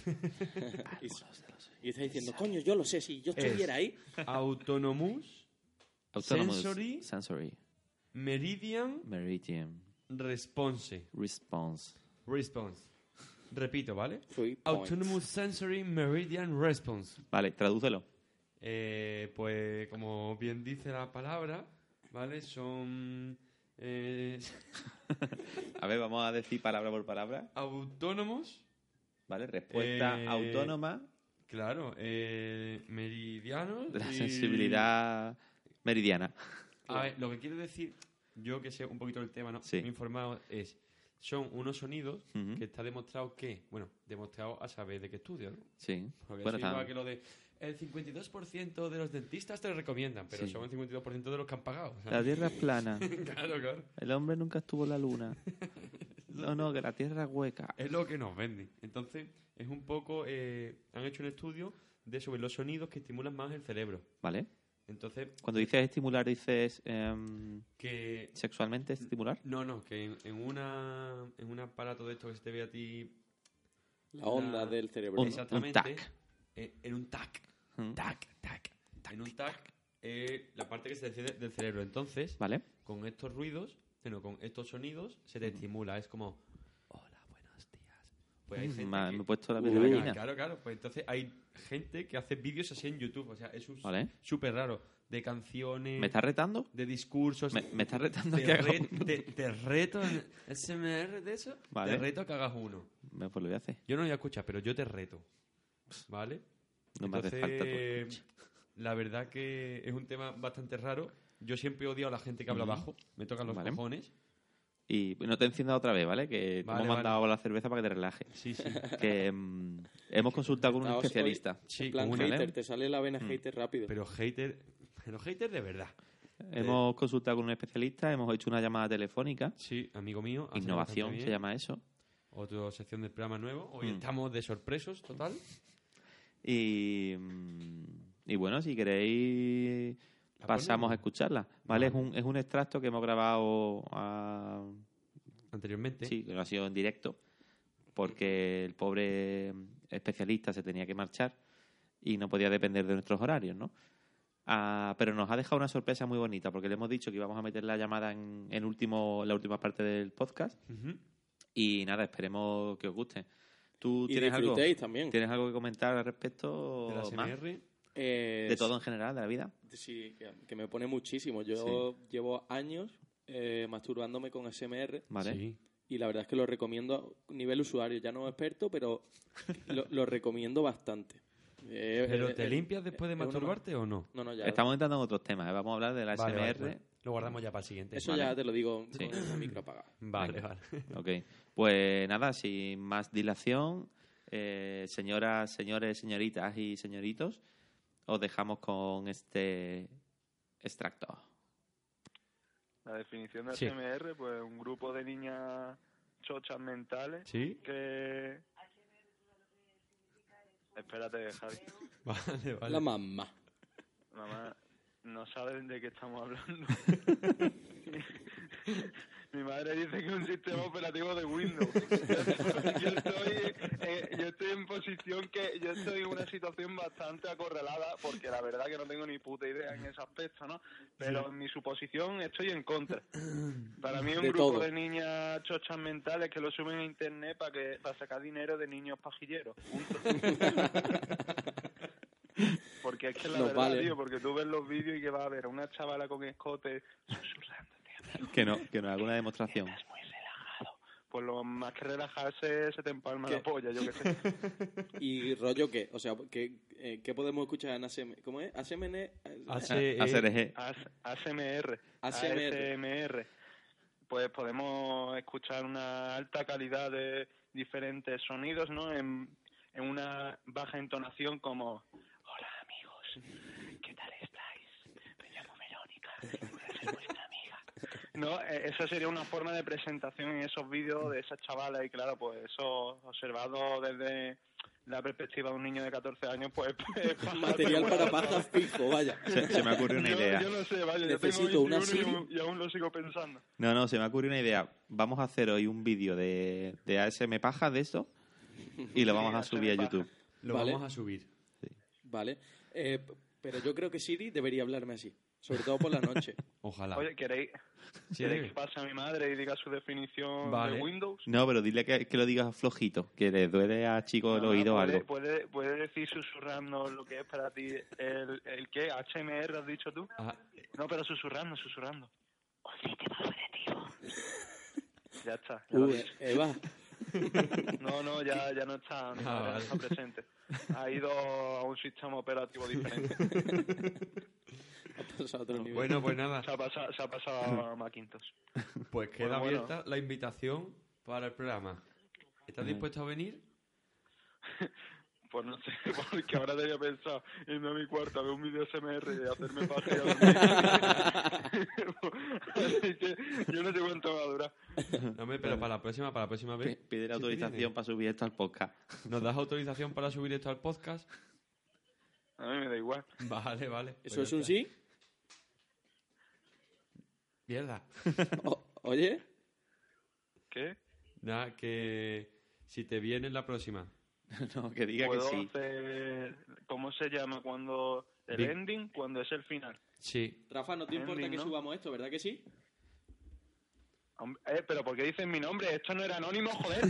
S2: Y,
S1: algunos de los-
S2: y está diciendo, coño, yo lo sé, si yo estuviera ahí.
S3: Mm. <laughs> Autonomous
S1: Autonomous.
S3: Sensory.
S1: Sensory.
S3: Meridian
S1: Meridian.
S3: Response.
S1: Response.
S3: Response. Repito, ¿vale?
S2: Three points.
S3: Autonomous Sensory Meridian Response.
S1: Vale, tradúcelo.
S3: Eh, pues como bien dice la palabra, ¿vale? Son eh,
S1: A ver, vamos a decir palabra por palabra.
S3: autónomos,
S1: ¿Vale? Respuesta
S3: Eh,
S1: autónoma
S3: claro, eh, meridianos.
S1: de la
S3: y-
S1: sensibilidad meridiana.
S3: A ver, lo que quiero decir, yo que sé un poquito del tema, ¿no?
S1: Sí. ¿Mm?
S3: Me he informado, es, son unos sonidos
S1: Ujú.
S3: que está demostrado que, bueno, demostrado a saber de qué estudio, ¿no?
S1: Sí.
S3: Porque
S1: Bueno,
S3: eso igual
S1: está-
S3: que lo de el 52% de los dentistas te lo recomiendan, pero
S1: Sí.
S3: son el 52% de los que han pagado.
S1: La tierra es plana.
S3: <laughs> claro, claro.
S1: El hombre nunca estuvo en la luna. No, no, que la tierra es hueca.
S3: Es lo que nos venden. Entonces, es un poco. eh, han hecho un estudio de sobre los sonidos que estimulan más el cerebro.
S1: ¿Vale?
S3: Entonces,
S1: Cuando dices estimular, dices em,
S3: que.
S1: sexualmente estimular.
S3: No, no, que en, en una, en un aparato de esto que se te ve a ti.
S2: La onda
S3: la-
S2: del cerebro.
S1: Un-
S2: ¿no?
S3: Exactamente.
S1: tac.
S3: eh, en un tac.
S1: Ujú.
S3: Tac, tac, tac. En un tac, eh, la parte que se decide del cerebro. Entonces,
S1: ¿Vale?
S3: con estos ruidos, bueno, con estos sonidos, se te estimula. Es como, hola, buenos días. Pues hay
S1: Mm,
S3: gente
S1: ma-
S3: que-
S1: me he puesto la piel de
S3: Claro,
S1: gallina.
S3: Claro, claro. Pues entonces hay gente que hace vídeos así en YouTube. O sea, es un-
S1: Vale.
S3: súper raro. De canciones,
S1: ¿Me estás retando?
S3: de discursos.
S1: ¿Me, me estás retando a que
S3: Pues te,
S1: haga
S3: re-
S1: un-
S3: te- te reto en SMR de eso.
S1: Vale.
S3: Te reto a que hagas uno.
S1: Me- Pues lo voy a hacer.
S3: Yo no lo voy a escuchar, pero yo te reto. ¿Vale?
S1: No me hace falta pues. tu escucha.
S3: La verdad que es un tema bastante raro. Yo siempre odio a la gente que habla
S1: Ujú.
S3: bajo. Me tocan los
S1: Vale.
S3: cojones.
S1: Y no te enciendas otra vez, ¿vale? Que te
S3: Vale,
S1: hemos
S3: vale.
S1: mandado la cerveza para que te relajes.
S3: Sí, sí. <laughs>
S1: Que em, hemos consultado con un
S2: Ah, os-
S1: especialista.
S3: Sí,
S2: En plan
S3: como una
S1: ley.
S2: hater, te sale la
S1: Mm.
S2: vena hater rápido.
S3: Pero hater, pero hater de verdad.
S1: Hemos consultado con un especialista, hemos hecho una llamada telefónica.
S3: Sí, amigo mío. hace
S1: Innovación
S3: bastante
S1: se
S3: bien.
S1: llama eso.
S3: Otra sección del programa nuevo. Hoy
S1: Mm.
S3: estamos de sorpresos, total.
S1: Y, mm, y bueno, si queréis,
S3: ¿La
S1: pasamos
S3: ponemos?
S1: a escucharla. ¿Vale?
S3: Vale.
S1: Es, un, es un extracto que hemos grabado a-
S3: Anteriormente.
S1: Sí, que no ha sido en directo, porque el pobre especialista se tenía que marchar y no podía depender de nuestros horarios, ¿no? Ah, pero nos ha dejado una sorpresa muy bonita, porque le hemos dicho que íbamos a meter la llamada en, en último, la última parte del podcast.
S3: Ujú.
S1: Y nada, esperemos que os guste. ¿Tú
S2: y
S1: tienes algo,
S2: disfrutéis también.
S1: tienes algo que comentar al respecto?
S3: De la
S1: Mar?
S3: SMR.
S2: Eh,
S1: De todo en general, de la vida.
S2: Sí, que, que me pone muchísimo. Yo llevo años eh, masturbándome con ASMR
S1: Vale.
S3: Sí.
S2: y la verdad es que lo recomiendo a nivel usuario. Ya no
S1: <laughs>
S2: experto, pero lo, lo recomiendo bastante. Eh, eh,
S3: ¿Pero te
S2: eh,
S3: limpias después de
S2: es una-
S3: masturbarte o no?
S2: No, no, ya.
S1: Estamos entrando en otros temas. ¿eh? Vamos a hablar de la
S3: Vale, vale, pues
S1: SMR.
S3: vale. Lo guardamos ya para el siguiente.
S2: Eso
S3: vale.
S2: ya te lo digo
S1: Sí.
S2: con el micro apagado.
S3: Vale, vale.
S1: Ok, pues nada, sin más dilación, eh, señoras, señores, señoritas y señoritos, os dejamos con este extracto.
S5: La definición de
S3: Sí.
S5: HMR, pues un grupo de niñas chochas mentales
S3: ¿Sí? <laughs>
S5: que... Espérate, Javi.
S3: Vale, vale.
S2: La mamá.
S5: Mamá, no saben de qué estamos
S2: <laughs>
S5: hablando. Mi madre dice que es un sistema operativo
S2: <laughs>
S5: de Windows. Yo estoy, eh, yo estoy en posición que yo estoy en una situación bastante acorralada porque la verdad que no tengo ni puta idea en ese aspecto, ¿no? Pero en mi suposición estoy en contra. Para mí es un
S2: De
S5: grupo
S2: todo.
S5: de niñas chochas mentales que lo suben a internet para que para sacar dinero de niños pajilleros. Porque es que la
S2: Nos
S5: verdad,
S2: vale.
S5: tío, porque tú ves los vídeos y que va a ver a una chavala con escote susurrándote,
S1: Que no, que nos haga una demostración.
S5: muy relajado, pues lo más que relajarse se te empalma
S2: ¿Qué?
S5: la polla, yo qué sé.
S2: <laughs> ¿Y rollo qué? O sea, ¿qué, eh, qué podemos escuchar en ASM? ¿Cómo es? ASMN. eh,
S3: Hace,
S1: A- hacer
S3: eh,
S1: eje.
S5: As- ASMR.
S2: ASMR.
S5: ASMR. Pues podemos escuchar una alta calidad de diferentes sonidos, ¿no? En, en una baja entonación como... Hola, amigos. ¿Qué tal estáis? Me llamo Melónica. y voy a ser vuestra amiga". No, Eh, esa sería una forma de presentación en esos vídeos de esas chavalas y claro, pues eso observado desde la perspectiva de un niño de 14 años, pues... es
S2: Material para pajas fijo, vaya.
S1: <laughs> Se, se me ha ocurrido una
S5: yo,
S1: idea.
S5: yo <laughs> no sé, vaya, yo
S2: Necesito
S5: tengo
S2: una
S5: 21 y
S2: Siri.
S5: aún- y, aún lo sigo pensando.
S1: No, no, se me ha ocurrido una idea. Vamos a hacer hoy un vídeo de, de ASM paja de eso y lo vamos a
S5: ASM
S1: subir a
S5: paja.
S1: YouTube.
S3: lo
S2: Vale.
S3: vamos a subir.
S2: Vale. Eh, p- pero yo creo que Siri debería hablarme así. Sobre todo por
S1: <laughs>
S2: la noche.
S3: Ojalá.
S5: Oye, ¿queréis,
S3: Sí,
S5: ¿queréis
S3: debe.
S5: que pase a mi madre y diga su definición
S3: Vale.
S5: de Windows?
S1: No, pero dile que, que lo digas flojito, que le duele a chico el
S5: Ah,
S1: oído o
S5: puede,
S1: algo.
S5: Puede, puede decir susurrando lo que es para ti el, el qué, HMR has dicho tú.
S3: Ah,
S5: No, pero susurrando, susurrando. Un sistema operativo. Ya está. ya lo
S2: Uy,
S5: he dicho.
S2: Eva.
S5: No,
S2: <laughs>
S5: no, ya, ya no está, mi
S3: Ah,
S5: madre no
S3: vale.
S5: está presente. Ha ido a un sistema operativo diferente.
S2: Ha pasado a otro nivel.
S3: bueno, pues
S5: <laughs>
S3: nada.
S5: Se ha pasado, se ha pasado a Macintosh.
S3: Pues queda
S5: bueno.
S3: abierta la invitación para el programa. ¿Estás dispuesto a venir?
S5: Pues no sé,
S1: <laughs>
S5: <laughs> porque ahora tenía pensado irme a mi cuarto a ver un vídeo SMR y
S1: <laughs>
S5: hacerme paja y a dormir. Así que yo no sé cuánto va a durar.
S3: No, hombre, pero para la próxima, para la próxima vez.
S1: Pide la
S3: si tú
S1: autorización para subir esto al podcast. <laughs>
S3: vienes, ¿Nos das autorización para subir esto al podcast? <laughs>
S5: A mí me da igual.
S3: Vale, vale. Pues
S2: ¿Eso
S3: ya
S2: es un
S3: está.
S2: sí?
S3: Mierda.
S2: O- oye,
S5: ¿Qué?
S3: Nada, que si te vienes la próxima.
S1: No, que diga que
S5: ¿Puedo
S1: sí.
S5: hacer... ¿Cómo se llama cuando... El
S3: Bien.
S5: ending, cuando es el final?
S3: Sí.
S2: Rafa, no te importa
S5: Ending,
S2: que
S5: ¿no?
S2: subamos esto, ¿verdad que sí?
S5: Hombre, Eh, pero ¿por qué dicen mi nombre? Esto no era anónimo,
S1: <laughs>
S5: joder.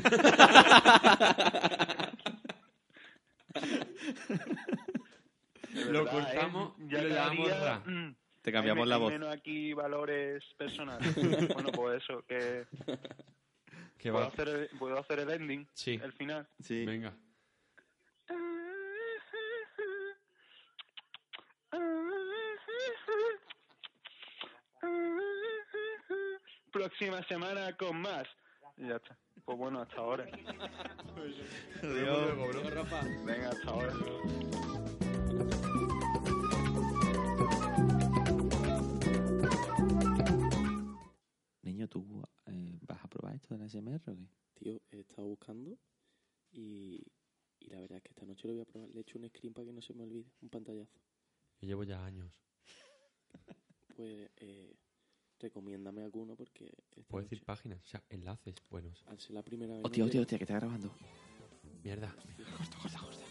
S5: De
S3: Lo
S5: verdad, ¿eh?
S3: cortamos y
S5: Ya
S3: le damos
S5: daría,
S3: ra.
S5: mm,
S1: Te cambiamos
S5: Ahí
S1: la
S5: metí
S1: voz.
S5: menos aquí valores personales. bueno, pues eso, que
S3: Que
S5: puedo
S3: va.
S5: hacer, el, puedo hacer el ending,
S3: Sí.
S5: el final.
S1: Sí.
S3: Venga.
S5: Próxima semana con más. Y ya está. Pues bueno, hasta ahora.
S3: Luego, bro.
S2: Adiós, Rafa.
S5: Venga, hasta ahora.
S1: Niño, ¿tú eh, vas a probar esto del ASMR o qué?
S2: Tío, he estado buscando y, y la verdad es que esta noche lo voy a probar. Le he hecho un screen para que no se me olvide, un pantallazo.
S3: Yo llevo ya años.
S2: Pues eh, recomiéndame alguno porque esta
S3: Puedo decir
S2: noche-
S3: páginas, o sea, enlaces buenos.
S2: al ser la primera vez...
S1: Hostia,
S2: no
S1: hostia,
S2: quiero-
S1: hostia, que está grabando.
S3: Mierda.
S1: Corta, corta, corta.